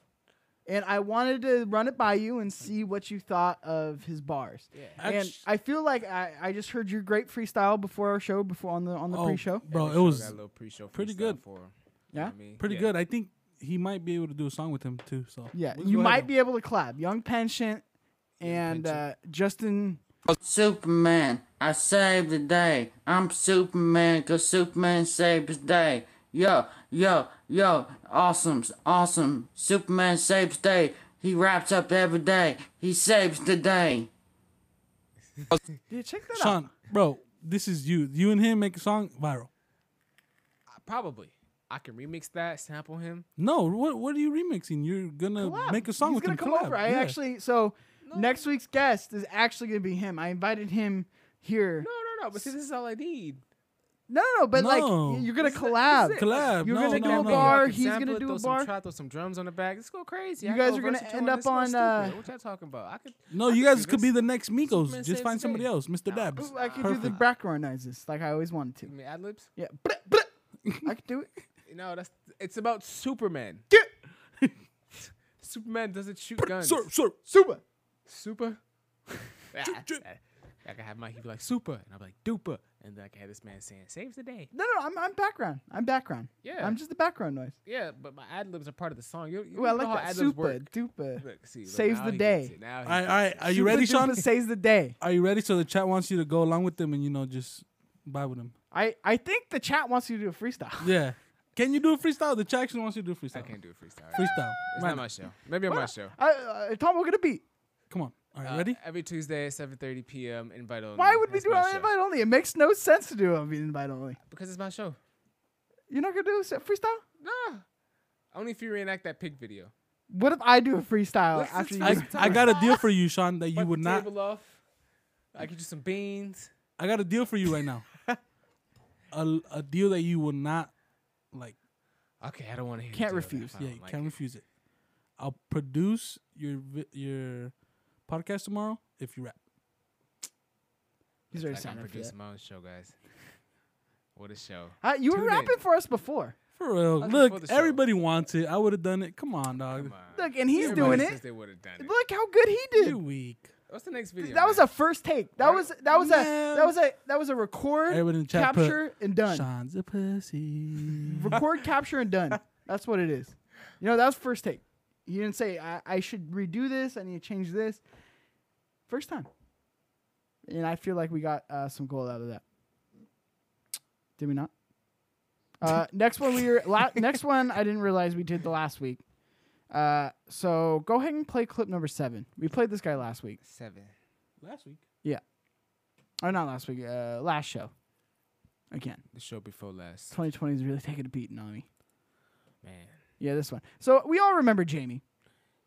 Speaker 1: And I wanted to run it by you and see what you thought of his bars. And
Speaker 3: Actu-
Speaker 1: I feel like I, I just heard your great freestyle before our show, before on the on the
Speaker 3: Oh,
Speaker 1: pre-show.
Speaker 3: bro,
Speaker 2: Every
Speaker 3: it
Speaker 2: show
Speaker 3: was
Speaker 2: got a little pre-show
Speaker 3: pretty
Speaker 2: freestyle
Speaker 3: good.
Speaker 2: For him.
Speaker 1: Yeah?
Speaker 2: I mean?
Speaker 3: pretty
Speaker 2: Yeah.
Speaker 3: good. I think he might be able to do a song with him too. So
Speaker 1: Yeah,
Speaker 3: Let's
Speaker 1: you
Speaker 3: go ahead,
Speaker 1: might
Speaker 3: though.
Speaker 1: be able to collab. Young Penchant and uh, Justin.
Speaker 8: Superman, I saved the day. I'm Superman, cause Superman saved the day. Yo, yo, yo, awesome, awesome. Superman saves the day. He wraps up every day. He saves the day.
Speaker 1: Yeah, check that out.
Speaker 3: Sean, bro, this is you. You and him make a song viral.
Speaker 2: Probably. I can remix that, sample him.
Speaker 3: No, what what are you remixing? You're gonna
Speaker 1: Collab.
Speaker 3: make a song
Speaker 1: He's
Speaker 3: with
Speaker 1: gonna
Speaker 3: him.
Speaker 1: come
Speaker 3: collab.
Speaker 1: over. I
Speaker 3: Yeah.
Speaker 1: actually so next week's guest is actually gonna be him. I invited him here.
Speaker 2: No, no, no. But see, this is all I need.
Speaker 1: No, no, no, but like
Speaker 3: No.
Speaker 1: y- you're gonna collab.
Speaker 2: it.
Speaker 3: collab.
Speaker 1: You're
Speaker 3: no,
Speaker 1: gonna
Speaker 3: no,
Speaker 1: do a
Speaker 3: Oh, no.
Speaker 1: bar.
Speaker 2: Fucking
Speaker 1: He's
Speaker 2: sample
Speaker 1: gonna
Speaker 2: it,
Speaker 1: do
Speaker 2: throw
Speaker 1: a
Speaker 2: some
Speaker 1: bar.
Speaker 2: trap, throw some drums on the back. Let's go crazy.
Speaker 1: You
Speaker 2: I
Speaker 1: guys
Speaker 2: go
Speaker 1: are gonna
Speaker 2: versatile
Speaker 1: end
Speaker 2: on
Speaker 1: up
Speaker 2: this one,
Speaker 1: on,
Speaker 2: stupid.
Speaker 1: uh,
Speaker 2: what y'all talking about? I could.
Speaker 3: No,
Speaker 2: I
Speaker 3: you
Speaker 2: could
Speaker 3: guys
Speaker 2: do
Speaker 3: could be
Speaker 2: this.
Speaker 3: the next Migos.
Speaker 2: Superman
Speaker 3: Just
Speaker 2: saves
Speaker 3: find
Speaker 2: the
Speaker 3: somebody
Speaker 2: day.
Speaker 3: else, Mr. Dabs.
Speaker 1: I could do the backronizes like I always wanted to.
Speaker 2: You mean ad libs?
Speaker 1: Yeah, blah, blah. I could do it.
Speaker 2: No, that's it's about Superman. Superman doesn't shoot guns.
Speaker 3: Sir, sir.
Speaker 1: Super.
Speaker 2: super. Ah, I can have my he'd be like super, and I'm like duper, and then I can have this man saying saves the day.
Speaker 1: No, no, I'm I'm background. I'm background.
Speaker 2: Yeah.
Speaker 1: I'm just the background noise.
Speaker 2: Yeah, but my ad libs are part of the song. You, you
Speaker 1: Well,
Speaker 2: know
Speaker 1: I like
Speaker 2: how
Speaker 1: that.
Speaker 2: ad libs
Speaker 1: Super
Speaker 2: work.
Speaker 1: duper.
Speaker 2: Look, see, look,
Speaker 1: Saves
Speaker 2: now
Speaker 1: the
Speaker 2: he
Speaker 1: day.
Speaker 2: gets it. Now he
Speaker 3: All right, all
Speaker 2: gets
Speaker 3: right.
Speaker 2: it.
Speaker 3: Are you
Speaker 1: Super
Speaker 3: ready,
Speaker 1: duper
Speaker 3: Sean?
Speaker 1: Saves the day.
Speaker 3: Are you ready? So the chat wants you to go along with them and you know just vibe with them.
Speaker 1: I I think the chat wants you to do a freestyle.
Speaker 3: Yeah. Can you do a freestyle? The chat actually wants you to do a freestyle.
Speaker 2: I can't do a freestyle. It's
Speaker 3: Freestyle.
Speaker 2: not my show. Maybe on my show.
Speaker 1: I, uh, Tom, we're gonna beat.
Speaker 3: Come on. All right,
Speaker 2: Uh,
Speaker 3: ready?
Speaker 2: Every Tuesday at 7:30 p.m. Invite only.
Speaker 1: Why would we
Speaker 2: That's
Speaker 1: do it
Speaker 2: my
Speaker 1: on
Speaker 2: show.
Speaker 1: invite only? It makes no sense to do it on invite only.
Speaker 2: Because it's my show.
Speaker 1: You're not gonna do a se- freestyle?
Speaker 2: Nah. Only if you reenact that pig video.
Speaker 1: What if I do a freestyle
Speaker 2: Let's just do
Speaker 1: after you? do-
Speaker 3: I,
Speaker 2: Freestyle.
Speaker 3: I got a deal for you, Sean, that you
Speaker 2: Wipe
Speaker 3: would
Speaker 2: the
Speaker 3: not.
Speaker 2: Table off. I could do some beans.
Speaker 3: I got a deal for you right now. a, a deal that you will not like.
Speaker 2: Okay, I don't want to hear. you
Speaker 1: Can't
Speaker 2: do it if
Speaker 1: refuse.
Speaker 2: I
Speaker 3: Yeah,
Speaker 2: don't
Speaker 3: you
Speaker 2: like
Speaker 3: can't
Speaker 2: it.
Speaker 3: refuse it. I'll produce your vi- your podcast tomorrow if you rap.
Speaker 1: He's already
Speaker 2: I
Speaker 1: signed up for
Speaker 2: produced
Speaker 1: that.
Speaker 2: my own show, guys. What a show!
Speaker 1: Uh, you were
Speaker 2: Tune in.
Speaker 1: rapping for us before.
Speaker 3: For real.
Speaker 2: That's before
Speaker 3: Look,
Speaker 2: the show.
Speaker 3: everybody wants it. I would have done it. Come on, dog.
Speaker 2: Come on.
Speaker 1: Look, and he's
Speaker 2: Everybody
Speaker 1: doing
Speaker 2: says
Speaker 1: it.
Speaker 2: They would have done it.
Speaker 1: Look how good he did.
Speaker 3: You weak.
Speaker 2: What's the next video?
Speaker 1: That was
Speaker 2: man?
Speaker 1: a first take. That was that was a that was a that was a record,
Speaker 3: Everybody in the chat put
Speaker 1: capture, and done.
Speaker 3: Sean's a pussy.
Speaker 1: Record, capture, and done. That's what it is. You know, that was first take. You didn't say I, I should redo this. I need to change this. First time, and I feel like we got uh, some gold out of that. Did we not? Uh, next one we were la- next one I didn't realize we did the last week. Uh, so go ahead and play clip number seven. We played this guy last week.
Speaker 2: seven.
Speaker 3: Last week.
Speaker 1: Or not last week, uh, last show. Again,
Speaker 2: The show before last.
Speaker 1: 2020 is really taking a beating on me.
Speaker 2: Man,
Speaker 1: Yeah, this one. So we all remember Jamie.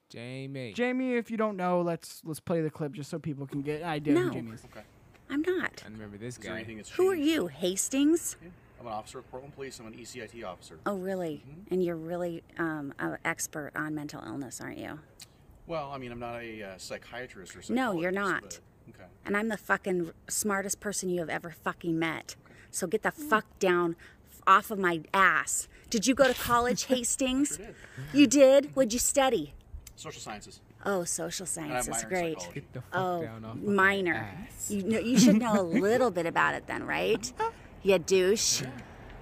Speaker 2: Jamie.
Speaker 1: Jamie, if you don't know, let's let's play the clip just so people can get an idea of who
Speaker 9: No.
Speaker 1: Jamie is.
Speaker 9: I'm not.
Speaker 2: I remember this guy.
Speaker 9: Who are you, Hastings?
Speaker 10: I'm an officer of Portland Police. I'm an ECIT officer.
Speaker 9: Oh, really?
Speaker 10: Mm-hmm.
Speaker 9: And you're really um, an expert on mental illness, aren't you?
Speaker 10: Well, I mean, I'm not a uh, psychiatrist or something.
Speaker 9: No, you're not.
Speaker 10: okay.
Speaker 9: And I'm the fucking smartest person you have ever fucking met. So get the
Speaker 2: Hmm.
Speaker 9: fuck down f- off of my ass. Did you go to college, Hastings? You did? What'd you study?
Speaker 10: Social sciences.
Speaker 9: Oh, social
Speaker 10: And I have a minor
Speaker 9: sciences.
Speaker 10: in
Speaker 9: Great.
Speaker 10: psychology.
Speaker 2: Get the fuck
Speaker 9: Oh,
Speaker 2: down off. my
Speaker 9: minor.
Speaker 2: ass.
Speaker 9: You know, you should know a little bit about it then, right? You douche.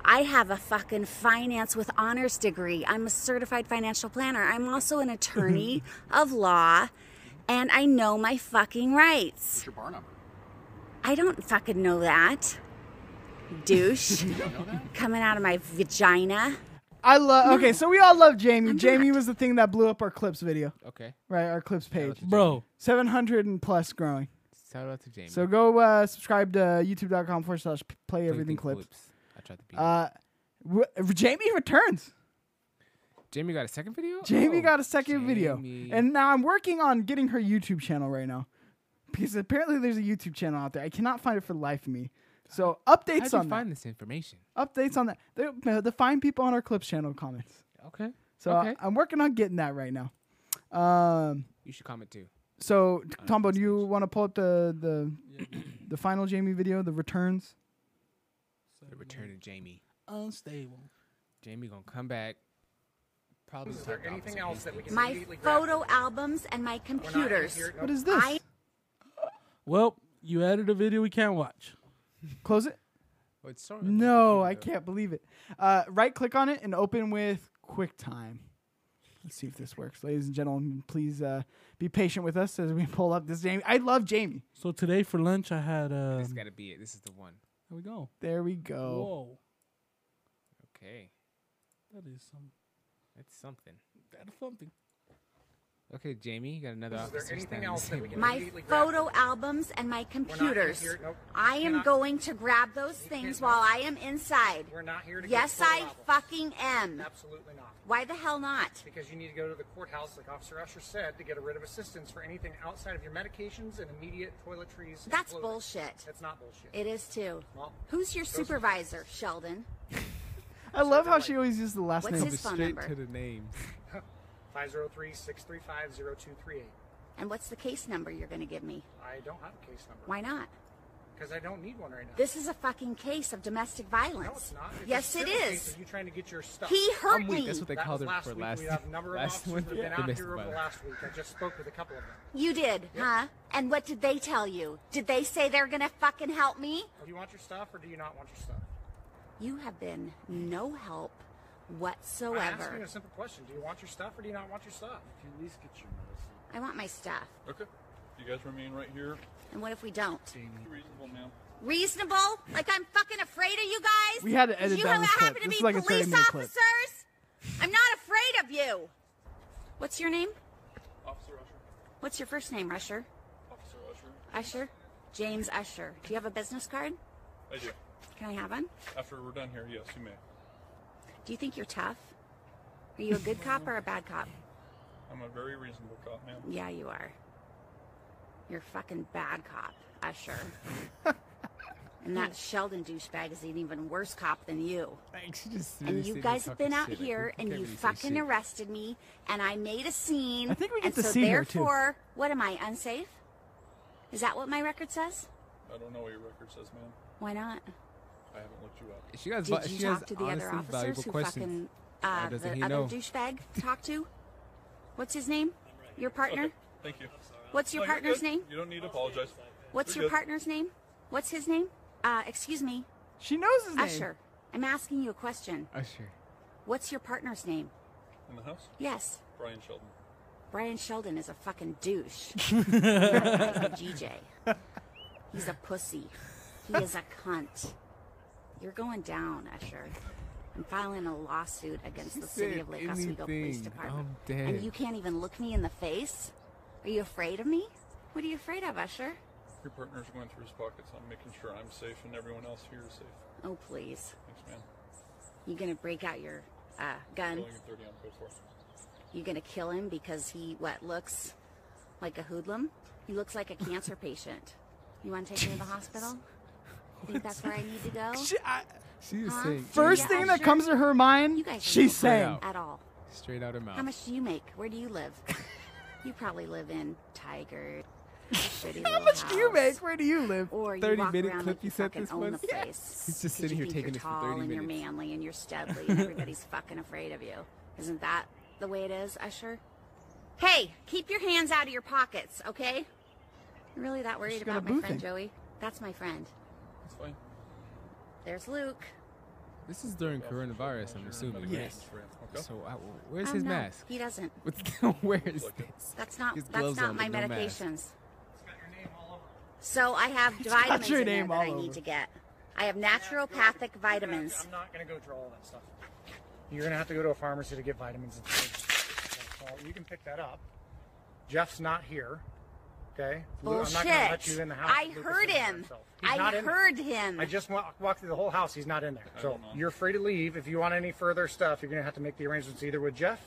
Speaker 9: I have a fucking finance with honors degree. I'm a certified financial planner. I'm also an attorney of law, and I know my fucking rights.
Speaker 10: What's your bar number?
Speaker 9: I don't fucking know that. Douche. Coming out of my vagina.
Speaker 1: I love. Okay, so we all love Jamie. Jamie was the thing that blew up our clips video,
Speaker 2: Okay.
Speaker 1: right? Our clips page,
Speaker 3: Bro,
Speaker 1: 700 and plus growing.
Speaker 2: Shout out to Jamie.
Speaker 1: So go uh, subscribe to YouTube.com forward slash Play Everything Clips.
Speaker 2: I tried to beat.
Speaker 1: Uh, w- Jamie returns.
Speaker 2: Jamie got a second video.
Speaker 1: Jamie
Speaker 2: Oh,
Speaker 1: got a second
Speaker 2: Jamie.
Speaker 1: video, and now I'm working on getting her YouTube channel right now, because apparently there's a YouTube channel out there. I cannot find it for the life of me. So
Speaker 2: How'd
Speaker 1: updates
Speaker 2: you
Speaker 1: on that.
Speaker 2: find this information?
Speaker 1: Updates on that. The, the fine people on our clips channel comments.
Speaker 2: Okay.
Speaker 1: So
Speaker 2: okay.
Speaker 1: I, am working on getting that right now. Um.
Speaker 2: you should comment too.
Speaker 1: So Tombo, do you want to pull up the the the final Jamie video, the returns?
Speaker 2: The return
Speaker 11: hmm.
Speaker 2: of Jamie.
Speaker 3: unstable.
Speaker 2: Jamie gonna come back. Probably. Is there anything else that we can?
Speaker 9: My photo albums and my computers.
Speaker 1: What is this?
Speaker 9: I-
Speaker 3: Well, you added a video we can't watch.
Speaker 1: Close it.
Speaker 2: Oh, it's sorry.
Speaker 1: No, I can't believe it. Uh, right click on it and open with QuickTime. Let's see if this works. Ladies and gentlemen, please uh, be patient with us as we pull up this Jamie. I love Jamie.
Speaker 3: So today for lunch, I had. Um,
Speaker 2: This Oh.
Speaker 3: there
Speaker 2: gotta be it. This is the one.
Speaker 3: we go.
Speaker 1: There we go.
Speaker 3: Whoa,
Speaker 2: Okay.
Speaker 3: that is some.
Speaker 2: That's something.
Speaker 3: That's something.
Speaker 2: Okay, Jamie, you got another officer. Is there anything else that we can?
Speaker 9: my photo albums and my computers. I am going to grab those things while I am inside. We're not here to yes, I fucking am.
Speaker 11: Absolutely not.
Speaker 9: Why the hell not?
Speaker 11: Because you need to go to the courthouse, like Officer Usher said, to get rid of assistance for anything outside of your medications and immediate toiletries. and
Speaker 9: That's
Speaker 11: clothing.
Speaker 9: bullshit.
Speaker 11: That's not bullshit.
Speaker 9: It is too.
Speaker 11: Well,
Speaker 9: Who's your supervisor, Sheldon?
Speaker 1: I love how she always uses the last
Speaker 9: What's
Speaker 1: name.
Speaker 9: his phone
Speaker 2: Straight
Speaker 9: number?
Speaker 2: to the name.
Speaker 11: 503 635 0238.
Speaker 9: And what's the case number you're going to give me?
Speaker 11: I don't have a case number.
Speaker 9: Why not?
Speaker 11: Because I don't need one right now.
Speaker 9: This is a fucking case of domestic violence.
Speaker 11: no, it's not. It's
Speaker 9: yes,
Speaker 11: a
Speaker 9: it
Speaker 11: civil case
Speaker 9: is.
Speaker 11: of You trying to get your stuff.
Speaker 9: He hurt
Speaker 2: I'm weak.
Speaker 9: me.
Speaker 2: That's what they
Speaker 11: That
Speaker 2: called
Speaker 11: was
Speaker 2: her
Speaker 11: last
Speaker 2: for
Speaker 11: week.
Speaker 2: last.
Speaker 11: We have a number of
Speaker 2: last
Speaker 11: officers
Speaker 2: one.
Speaker 11: that have been out
Speaker 2: Domestic
Speaker 11: here over the
Speaker 2: violence.
Speaker 11: last week. I just spoke with a couple of them.
Speaker 9: You did, huh? And what did they tell you? Did they say they're going to fucking help me?
Speaker 11: Do you want your stuff or do you not want your stuff?
Speaker 9: You have been no help
Speaker 11: I'm asking
Speaker 9: whatsoever.
Speaker 11: a simple question. Do you want your stuff or do you not want your stuff? If you at least get your medicine.
Speaker 9: I want my stuff.
Speaker 12: Okay. You guys remain right here.
Speaker 9: And what if we don't?
Speaker 12: Reasonable, ma'am.
Speaker 9: Reasonable? Like I'm fucking afraid of you guys?
Speaker 1: We had to edit
Speaker 9: you
Speaker 1: down
Speaker 9: have
Speaker 1: this
Speaker 9: happen
Speaker 1: clip.
Speaker 9: to
Speaker 1: This
Speaker 9: be
Speaker 1: is like a 30
Speaker 9: police
Speaker 1: minute clip.
Speaker 9: officers? I'm not afraid of you. What's your name?
Speaker 12: Officer Usher.
Speaker 9: What's your first name, Usher?
Speaker 12: Officer Usher.
Speaker 9: Usher? James Usher. Do you have a business card?
Speaker 12: I do.
Speaker 9: Can I have one?
Speaker 12: After we're done here, yes, you may.
Speaker 9: Do you think you're tough? Are you a good cop or a bad cop?
Speaker 12: I'm a very reasonable cop, ma'am.
Speaker 9: Yeah, you are. You're a fucking bad cop, Usher. and that Sheldon douchebag is an even worse cop than you.
Speaker 2: Like, she just really
Speaker 9: And you
Speaker 2: said
Speaker 9: guys have
Speaker 2: fucking
Speaker 9: been out
Speaker 2: shit. Like,
Speaker 9: here
Speaker 2: we
Speaker 9: and
Speaker 2: can't
Speaker 9: you
Speaker 2: really say
Speaker 9: fucking
Speaker 2: shit.
Speaker 9: arrested me and I made a scene.
Speaker 1: I think we get
Speaker 9: and
Speaker 1: to
Speaker 9: so
Speaker 1: see her, too.
Speaker 9: therefore, what am I, unsafe? Is that what my record says?
Speaker 12: I don't know what your record says, man.
Speaker 9: Why not?
Speaker 12: I haven't looked you up.
Speaker 2: She has
Speaker 9: Did
Speaker 2: vi-
Speaker 9: you
Speaker 2: she
Speaker 9: talk
Speaker 2: has
Speaker 9: to the other
Speaker 2: honestly
Speaker 9: officers
Speaker 2: valuable
Speaker 9: who
Speaker 2: questions.
Speaker 9: fucking
Speaker 2: Why
Speaker 9: uh, the
Speaker 2: doesn't
Speaker 9: other
Speaker 2: he know?
Speaker 9: douchebag talked to? What's his name? Your partner?
Speaker 12: Okay, thank you.
Speaker 9: What's your
Speaker 12: No, you're
Speaker 9: partner's
Speaker 12: good.
Speaker 9: name?
Speaker 12: You don't need to apologize.
Speaker 9: What's
Speaker 12: You're
Speaker 9: your
Speaker 12: good.
Speaker 9: partner's name? What's his name? Uh, excuse me.
Speaker 1: She knows
Speaker 12: his name.
Speaker 9: Usher. I'm asking you a question.
Speaker 2: Usher.
Speaker 9: What's your partner's name?
Speaker 12: In the house?
Speaker 9: Yes.
Speaker 12: Brian Sheldon.
Speaker 9: Brian Sheldon is a fucking douche. He's not like GJ. He's a pussy. He is a cunt. You're going down, Usher. I'm filing a lawsuit against the city
Speaker 2: said
Speaker 9: of Lake Oswego Police
Speaker 2: anything. Oh,
Speaker 9: Department.
Speaker 2: I'm
Speaker 9: And
Speaker 2: dead.
Speaker 9: you can't even look me in the face? Are you afraid of me? What are you afraid of, Usher?
Speaker 12: Your partner's going through his pockets. I'm making sure I'm safe and everyone else here is safe.
Speaker 9: Oh, please.
Speaker 12: Thanks, man.
Speaker 9: You gonna break out your uh, gun?
Speaker 12: Rolling a 30 on code 4.
Speaker 9: You gonna kill him because he, what, looks like a hoodlum? He looks like a cancer patient. You wanna take me to the hospital? You think that's where I need to go?
Speaker 2: She is
Speaker 9: Huh?
Speaker 2: saying
Speaker 1: First
Speaker 9: Yeah,
Speaker 1: thing that
Speaker 9: sure.
Speaker 1: comes to her mind,
Speaker 9: You guys
Speaker 1: she's
Speaker 9: don't
Speaker 1: saying, Oh.
Speaker 9: work at all.
Speaker 2: straight out her mouth.
Speaker 9: How much do you make? Where do you live? you probably live in Tiger. How
Speaker 1: much do you make? Where do you live?
Speaker 9: Or you
Speaker 2: 30
Speaker 9: walk
Speaker 2: minute
Speaker 9: around
Speaker 2: clip
Speaker 9: like
Speaker 2: you said
Speaker 9: fucking
Speaker 2: this
Speaker 9: own
Speaker 2: was?
Speaker 9: the
Speaker 2: Yeah.
Speaker 9: place.
Speaker 2: He's just
Speaker 9: 'Cause you
Speaker 2: sitting here
Speaker 9: think
Speaker 2: taking
Speaker 9: you're
Speaker 2: this for
Speaker 9: tall
Speaker 2: 30
Speaker 9: and You're
Speaker 2: minutes.
Speaker 9: manly and you're studly and everybody's fucking afraid of you. Isn't that the way it is, Usher? Hey, keep your hands out of your pockets, okay? You're really that worried
Speaker 1: She's got a
Speaker 9: about my
Speaker 1: boo
Speaker 9: friend
Speaker 1: thing.
Speaker 9: Joey? That's my friend.
Speaker 12: It's fine.
Speaker 9: There's Luke.
Speaker 2: This is during coronavirus, I'm assuming. right?
Speaker 12: Yes. Okay.
Speaker 2: So I, where's
Speaker 9: Oh,
Speaker 2: his
Speaker 9: no,
Speaker 2: mask?
Speaker 9: He doesn't.
Speaker 2: What's- Where is this?
Speaker 9: That's not.
Speaker 2: His
Speaker 9: That's
Speaker 2: gloves
Speaker 9: not
Speaker 2: on,
Speaker 9: my
Speaker 2: but no mask.
Speaker 9: medications. So I have
Speaker 1: got
Speaker 9: vitamins
Speaker 1: your
Speaker 9: in there
Speaker 1: name
Speaker 9: that
Speaker 1: all
Speaker 9: I need
Speaker 1: over.
Speaker 9: to get. I have naturopathic vitamins.
Speaker 11: I'm not gonna go draw all that stuff. You're gonna have to go to a pharmacy to get vitamins and stuff. That's all. You can pick that up. Jeff's not here. Okay. Lu-
Speaker 9: Bullshit.
Speaker 11: I'm not gonna let you in the house.
Speaker 9: I
Speaker 11: with Lucas in
Speaker 9: heard
Speaker 11: there
Speaker 9: him.
Speaker 11: himself. He's
Speaker 9: I
Speaker 11: not in there.
Speaker 9: heard him.
Speaker 11: I just wa- walked through the whole house. He's not in there. So
Speaker 12: don't know.
Speaker 11: you're free to leave. If you want any further stuff, you're going to have to make the arrangements either with Jeff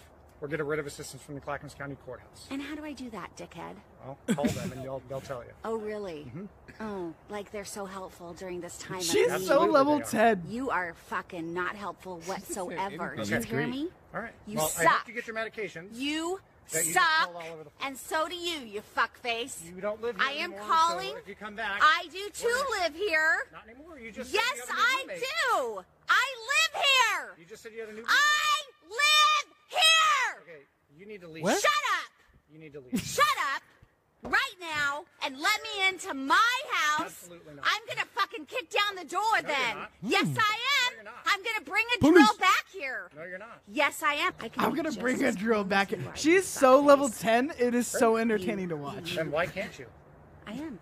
Speaker 11: or get a writ of assistance from the Clackamas County Courthouse.
Speaker 9: and how do I do that, dickhead?
Speaker 11: Well, call them and they'll, they'll tell you.
Speaker 9: Oh, really?
Speaker 11: Mm-hmm.
Speaker 9: Oh, like they're so helpful during this time. of
Speaker 1: She's so
Speaker 9: need.
Speaker 1: level
Speaker 11: they are.
Speaker 1: 10.
Speaker 9: You are fucking not helpful whatsoever. Do you
Speaker 11: That's
Speaker 9: hear
Speaker 11: great.
Speaker 9: me?
Speaker 11: All right.
Speaker 9: You
Speaker 11: well, I
Speaker 9: suck.
Speaker 11: hope you get your medications.
Speaker 9: You
Speaker 11: That you just
Speaker 9: suck,
Speaker 11: called all over the place.
Speaker 9: and so do you, you fuckface.
Speaker 11: You don't live here
Speaker 9: I am
Speaker 11: anymore,
Speaker 9: calling.
Speaker 11: So if you come back,
Speaker 9: I do
Speaker 11: we're
Speaker 9: too
Speaker 11: gonna-
Speaker 9: live here.
Speaker 11: Not anymore. You just said
Speaker 9: Yes,
Speaker 11: you have a new
Speaker 9: I
Speaker 11: roommate.
Speaker 9: do. I live here.
Speaker 11: You just said you had a new roommate.
Speaker 9: I live here.
Speaker 11: Okay, you need to leave.
Speaker 9: Shut up.
Speaker 11: You need to leave.
Speaker 9: Shut up right now and let me into my house.
Speaker 11: Absolutely not.
Speaker 9: I'm gonna fucking kick down the door
Speaker 11: No, you're
Speaker 9: then.
Speaker 11: not.
Speaker 9: Yes, I am.
Speaker 11: you're not.
Speaker 9: I'm gonna bring a
Speaker 1: Police.
Speaker 9: drill back here.
Speaker 11: No, you're not.
Speaker 9: Yes, I am. I can
Speaker 1: I'm
Speaker 9: be
Speaker 1: gonna
Speaker 9: just
Speaker 1: bring a
Speaker 9: as
Speaker 1: drill
Speaker 9: cool
Speaker 1: back.
Speaker 9: as
Speaker 1: in.
Speaker 9: you are, you
Speaker 1: She's so
Speaker 9: fuckface.
Speaker 1: level 10. It is so entertaining to watch.
Speaker 11: Then why can't you?
Speaker 9: I am.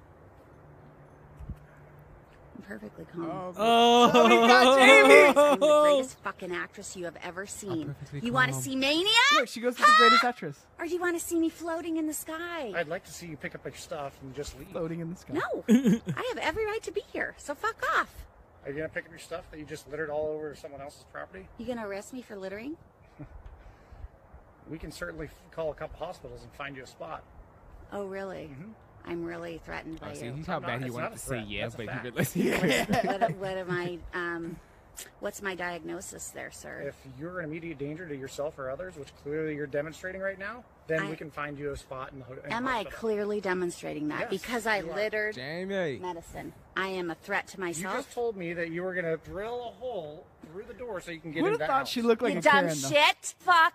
Speaker 9: I'm perfectly calm.
Speaker 1: Oh, we got Jamie.
Speaker 9: I'm the greatest fucking actress you have ever seen.
Speaker 2: perfectly
Speaker 9: You want to
Speaker 2: calm.
Speaker 9: see Mania?
Speaker 1: Look, she goes to the greatest actress.
Speaker 9: Or do you want to see me floating in the sky?
Speaker 11: I'd like to see you pick up your stuff and just leave.
Speaker 1: Floating in the sky.
Speaker 9: No, I have every right to be here, so fuck off.
Speaker 11: Are you gonna pick up your stuff that you just littered all over someone else's property?
Speaker 9: You gonna arrest me for littering?
Speaker 11: We can certainly f- call a couple hospitals and find you a spot.
Speaker 9: Oh, really? I'm really threatened by
Speaker 2: Oh, see,
Speaker 9: you.
Speaker 2: he's how
Speaker 11: not-
Speaker 2: bad he
Speaker 11: it's
Speaker 2: wanted
Speaker 11: not
Speaker 2: to
Speaker 11: a
Speaker 2: say
Speaker 11: threat.
Speaker 2: yeah,
Speaker 11: That's a
Speaker 2: but he
Speaker 11: fact.
Speaker 2: realized he couldn't.
Speaker 9: what, what am I? Um, what's my diagnosis there, sir?
Speaker 11: If you're an immediate danger to yourself or others, which clearly you're demonstrating right now, then
Speaker 9: I-
Speaker 11: we can find you a spot in the ho- in the
Speaker 9: Am I
Speaker 11: hospital.
Speaker 9: clearly demonstrating that
Speaker 11: Yes,
Speaker 9: because I
Speaker 11: you are.
Speaker 9: littered
Speaker 2: Jamie.
Speaker 9: medicine? I am a threat to
Speaker 11: You just
Speaker 9: myself.
Speaker 11: told me that you were gonna drill a hole through the door so you can get
Speaker 1: Who would
Speaker 11: into
Speaker 1: have
Speaker 11: that
Speaker 1: thought
Speaker 11: house.
Speaker 1: she looked like
Speaker 9: you
Speaker 1: a
Speaker 9: dumb
Speaker 1: Karen, though?
Speaker 9: shit. Fuck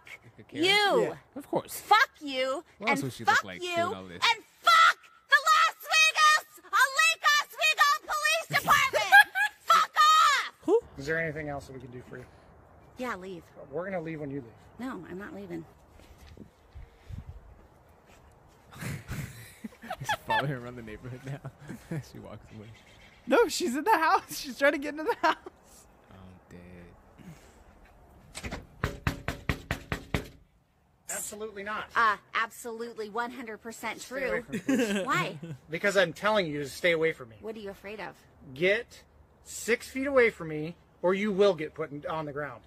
Speaker 9: you.
Speaker 2: Of course.
Speaker 9: Fuck you.
Speaker 2: What else
Speaker 9: and
Speaker 2: would she
Speaker 9: fuck
Speaker 2: look like
Speaker 9: you.
Speaker 2: doing all this?
Speaker 9: And fuck the Las Vegas, a Lake Oswego Police Department. fuck off.
Speaker 11: Is there anything else that we can do for you?
Speaker 9: Yeah, leave.
Speaker 11: We're gonna leave when you leave.
Speaker 9: No, I'm not leaving.
Speaker 2: Just follow her around the neighborhood now. she walks away.
Speaker 1: No, she's in the house. She's trying to get into the house.
Speaker 2: I'm dead.
Speaker 11: Absolutely not.
Speaker 9: Uh, absolutely
Speaker 11: Stay
Speaker 9: 100%
Speaker 11: away
Speaker 9: true.
Speaker 11: from me, please.
Speaker 9: Why?
Speaker 11: because I'm telling you to stay away from me.
Speaker 9: What are you afraid of?
Speaker 11: Get six feet away from me, or you will get put in, on the ground.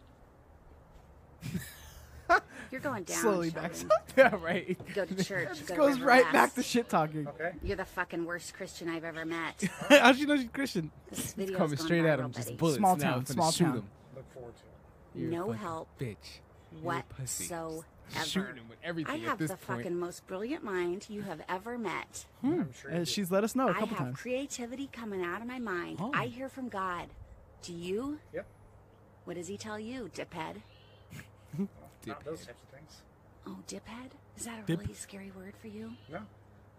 Speaker 9: You're going down.
Speaker 1: Slowly
Speaker 9: Sheldon.
Speaker 1: backs up. Yeah, right.
Speaker 9: Go to church. go to
Speaker 1: Goes
Speaker 9: River
Speaker 1: right back
Speaker 9: Rocks.
Speaker 1: to shit talking.
Speaker 11: Okay.
Speaker 9: You're the fucking worst Christian I've ever met.
Speaker 2: How she know she's Christian?
Speaker 9: This video's
Speaker 2: Coming
Speaker 9: gone
Speaker 2: straight at
Speaker 9: viral,
Speaker 2: him, just
Speaker 9: buddy.
Speaker 2: bullets.
Speaker 1: Small
Speaker 2: now,
Speaker 1: town,
Speaker 2: finna
Speaker 1: small
Speaker 2: shoot
Speaker 1: town.
Speaker 2: Him.
Speaker 11: Look forward to it.
Speaker 2: You're a
Speaker 9: No
Speaker 2: fucking
Speaker 9: help
Speaker 2: bitch. You're a pussy.
Speaker 9: whatsoever. ever.
Speaker 2: Shooting him with everything
Speaker 9: I
Speaker 2: at
Speaker 9: have
Speaker 2: this
Speaker 9: the
Speaker 2: point.
Speaker 9: fucking most brilliant mind you have ever met.
Speaker 1: Uh, she's let us know a
Speaker 9: I
Speaker 1: couple
Speaker 9: have
Speaker 1: times.
Speaker 9: creativity coming out of my mind.
Speaker 2: Oh.
Speaker 9: I hear from God. Do you?
Speaker 11: Yep.
Speaker 9: What does he tell you, diphead?
Speaker 11: Not those types of things.
Speaker 9: Oh, diphead? Is that a
Speaker 11: Dip-
Speaker 9: really scary word for you?
Speaker 11: No.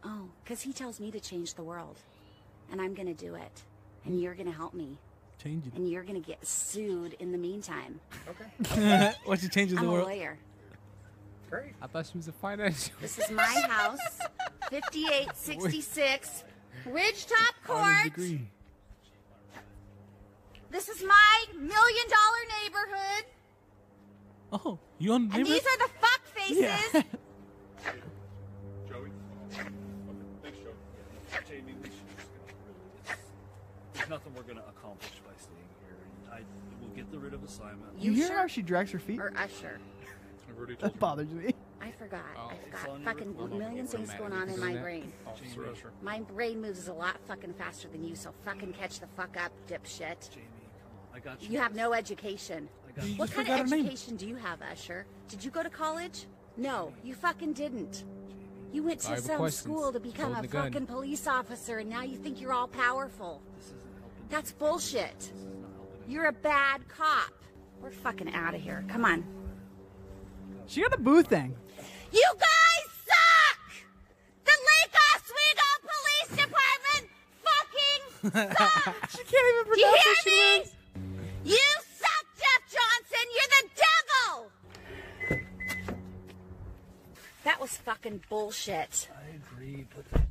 Speaker 9: Oh, because he tells me to change the world. And I'm going to do it. And you're going to help me.
Speaker 3: Change
Speaker 9: And you're going to get sued in the meantime.
Speaker 3: it. what you changes
Speaker 9: I'm
Speaker 3: the
Speaker 9: a
Speaker 3: world?
Speaker 9: lawyer.
Speaker 11: Great.
Speaker 2: I thought she was a financial.
Speaker 9: This is my house, 5866 Ridgetop Court. This is my million dollar neighborhood.
Speaker 3: Oh, you on
Speaker 9: And
Speaker 3: neighbors?
Speaker 9: these are the fuck faces.
Speaker 12: Joey. Thanks, Joey. Jamie, we should just get rid of this.
Speaker 13: There's nothing we're gonna accomplish by staying here. And I will get the rid of assignment.
Speaker 1: You, hear how she drags her feet?
Speaker 9: Or usher.
Speaker 12: I've already
Speaker 1: That bothers me.
Speaker 9: I forgot. I've
Speaker 13: it's on
Speaker 9: got
Speaker 13: your
Speaker 9: fucking
Speaker 13: report.
Speaker 9: million
Speaker 13: It's on
Speaker 9: things
Speaker 13: that.
Speaker 9: going on
Speaker 13: It's
Speaker 9: in
Speaker 13: on
Speaker 9: my
Speaker 13: that.
Speaker 9: brain.
Speaker 12: Officer Usher.
Speaker 9: My brain moves a lot fucking faster than you, so fucking catch the fuck up, dipshit.
Speaker 13: I got you.
Speaker 9: You have no education.
Speaker 13: got you. You
Speaker 9: What
Speaker 13: just
Speaker 9: kind of
Speaker 13: forgot her name.
Speaker 9: education do you have, Usher? Did you go to college? No, you fucking didn't. You went to
Speaker 2: Valuable
Speaker 9: some
Speaker 2: questions.
Speaker 9: school to become
Speaker 2: Holding
Speaker 9: a
Speaker 2: the gun.
Speaker 9: fucking police officer, and now you think you're all powerful. That's bullshit. You're a bad cop. We're fucking out of here. Come on.
Speaker 1: She got a boo thing.
Speaker 9: You guys suck! The Lake Oswego Police Department fucking sucks!
Speaker 1: she can't even
Speaker 9: Do you hear
Speaker 1: pronounce what she
Speaker 9: me? You suck, Jeff Johnson! You're the devil! That was fucking bullshit. I agree, but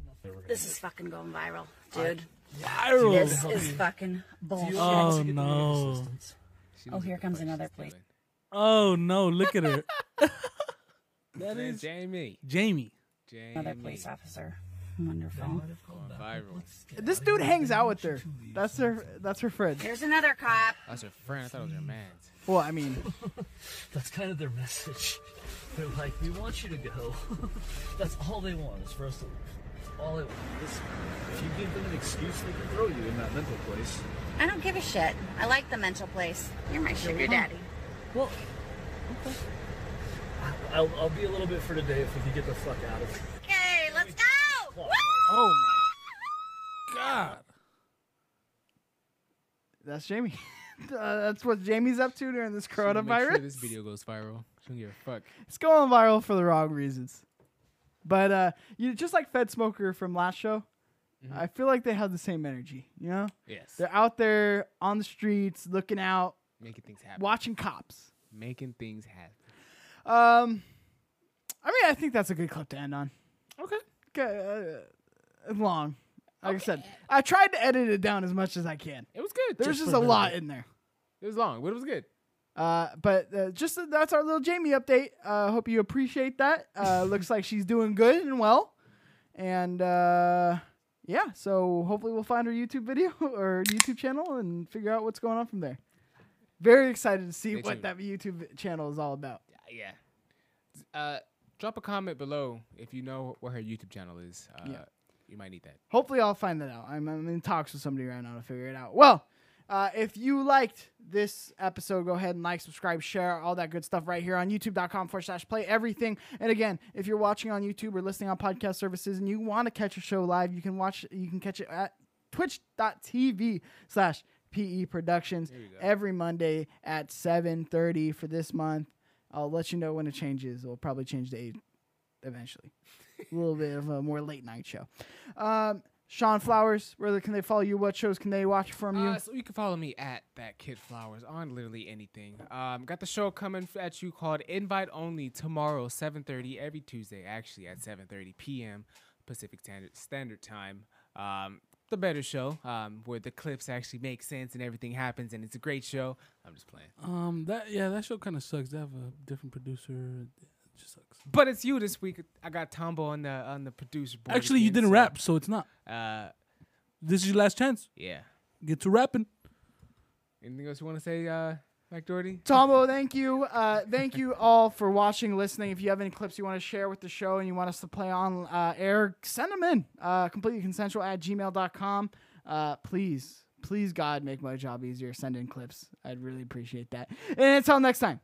Speaker 9: this is fucking going viral, dude.
Speaker 3: Viral.
Speaker 9: This is fucking bullshit.
Speaker 3: Oh no!
Speaker 9: Oh, here comes another plate.
Speaker 3: Oh no! Look at her,
Speaker 2: That is Jamie.
Speaker 3: Jamie.
Speaker 2: Jamie.
Speaker 9: Another police officer. Wonderful.
Speaker 2: Going viral.
Speaker 1: This dude hangs out with her. That's her. That's her friend.
Speaker 9: Here's another cop.
Speaker 2: That's her friend. I thought it was her man.
Speaker 1: Well, I mean,
Speaker 13: That's kind of their message. They're like, we want you to go. That's all they want is for us to leave. That's all they want. This, if you give them an excuse, they can throw you in that mental place.
Speaker 9: I don't give a shit. I like the mental place. You're my sugar daddy.
Speaker 13: Well, I'll, I'll be a little bit for today if we can get the fuck out of here.
Speaker 9: Okay, let's go! Woo!
Speaker 3: Oh my god!
Speaker 1: that's Jamie. Uh, that's what Jamie's up to during this
Speaker 2: Wanna Make sure
Speaker 1: coronavirus.
Speaker 2: this video goes viral. She don't give a fuck.
Speaker 1: It's going viral for the wrong reasons. But uh, you just like Fed Smoker from last show. I feel like they have the same energy. You know,
Speaker 2: Mm-hmm. Yes.
Speaker 1: they're out there on the streets looking out,
Speaker 2: Making things happen.
Speaker 1: watching cops.
Speaker 2: Making things happen.
Speaker 1: Um, I mean, I think that's a good clip to end on.
Speaker 2: Okay.
Speaker 1: Okay, uh, long. Like I said, I tried to edit it down as much as I can.
Speaker 2: It was good.
Speaker 1: There's just a lot in there.
Speaker 2: It was long, but it was good.
Speaker 1: Uh, but uh, just uh, that's our little Jamie update. Uh, hope you appreciate that. Uh, looks like she's doing good and well. And uh, yeah, so hopefully we'll find her YouTube video or YouTube channel and figure out what's going on from there. Very excited to see
Speaker 2: Stay
Speaker 1: what
Speaker 2: tuned.
Speaker 1: that YouTube channel is all about.
Speaker 2: Yeah. Uh, drop a comment below if you know what her YouTube channel is. Uh,
Speaker 1: Yeah.
Speaker 2: You might need that.
Speaker 1: Hopefully, I'll find that out. I'm, I'm in talks with somebody right now to figure it out. Well, uh, if you liked this episode, go ahead and like, subscribe, share, all that good stuff right here on youtube.com forward slash play everything. And again, if you're watching on YouTube or listening on podcast services and you want to catch a show live, you can watch, you can catch it at twitch.tv slash PE Productions every Monday at 7.30 for this month. I'll let you know when it changes. It'll probably change to 8 eventually. a little bit of a more late night show. Um, Sean Flowers, where can they follow you? What shows can they watch from you?
Speaker 2: Uh, so you can follow me at that kid flowers on literally anything. Um, got the show coming f- at you called Invite Only tomorrow, seven thirty every Tuesday, actually at seven thirty p.m. Pacific Standard Standard Time. Um, the better show um, where the clips actually make sense and everything happens, and it's a great show. I'm just playing,
Speaker 3: Um, that yeah, that show kind of sucks. They have a different producer. It just sucks.
Speaker 2: but it's you this week. I got Tombo on the on the producer board.
Speaker 3: Actually, you
Speaker 2: again,
Speaker 3: didn't
Speaker 2: so,
Speaker 3: rap, so it's not.
Speaker 2: Uh,
Speaker 3: This is your last chance.
Speaker 2: yeah.
Speaker 3: Get to rapping.
Speaker 2: Anything else you want to say, uh, Mike Doherty?
Speaker 1: Tomo, thank you. Uh, thank you all for watching, listening. If you have any clips you want to share with the show and you want us to play on uh, air, send them in. Uh, completely consensual at gmail.com. Uh, please, please, God, make my job easier. Send in clips. I'd really appreciate that. And until next time.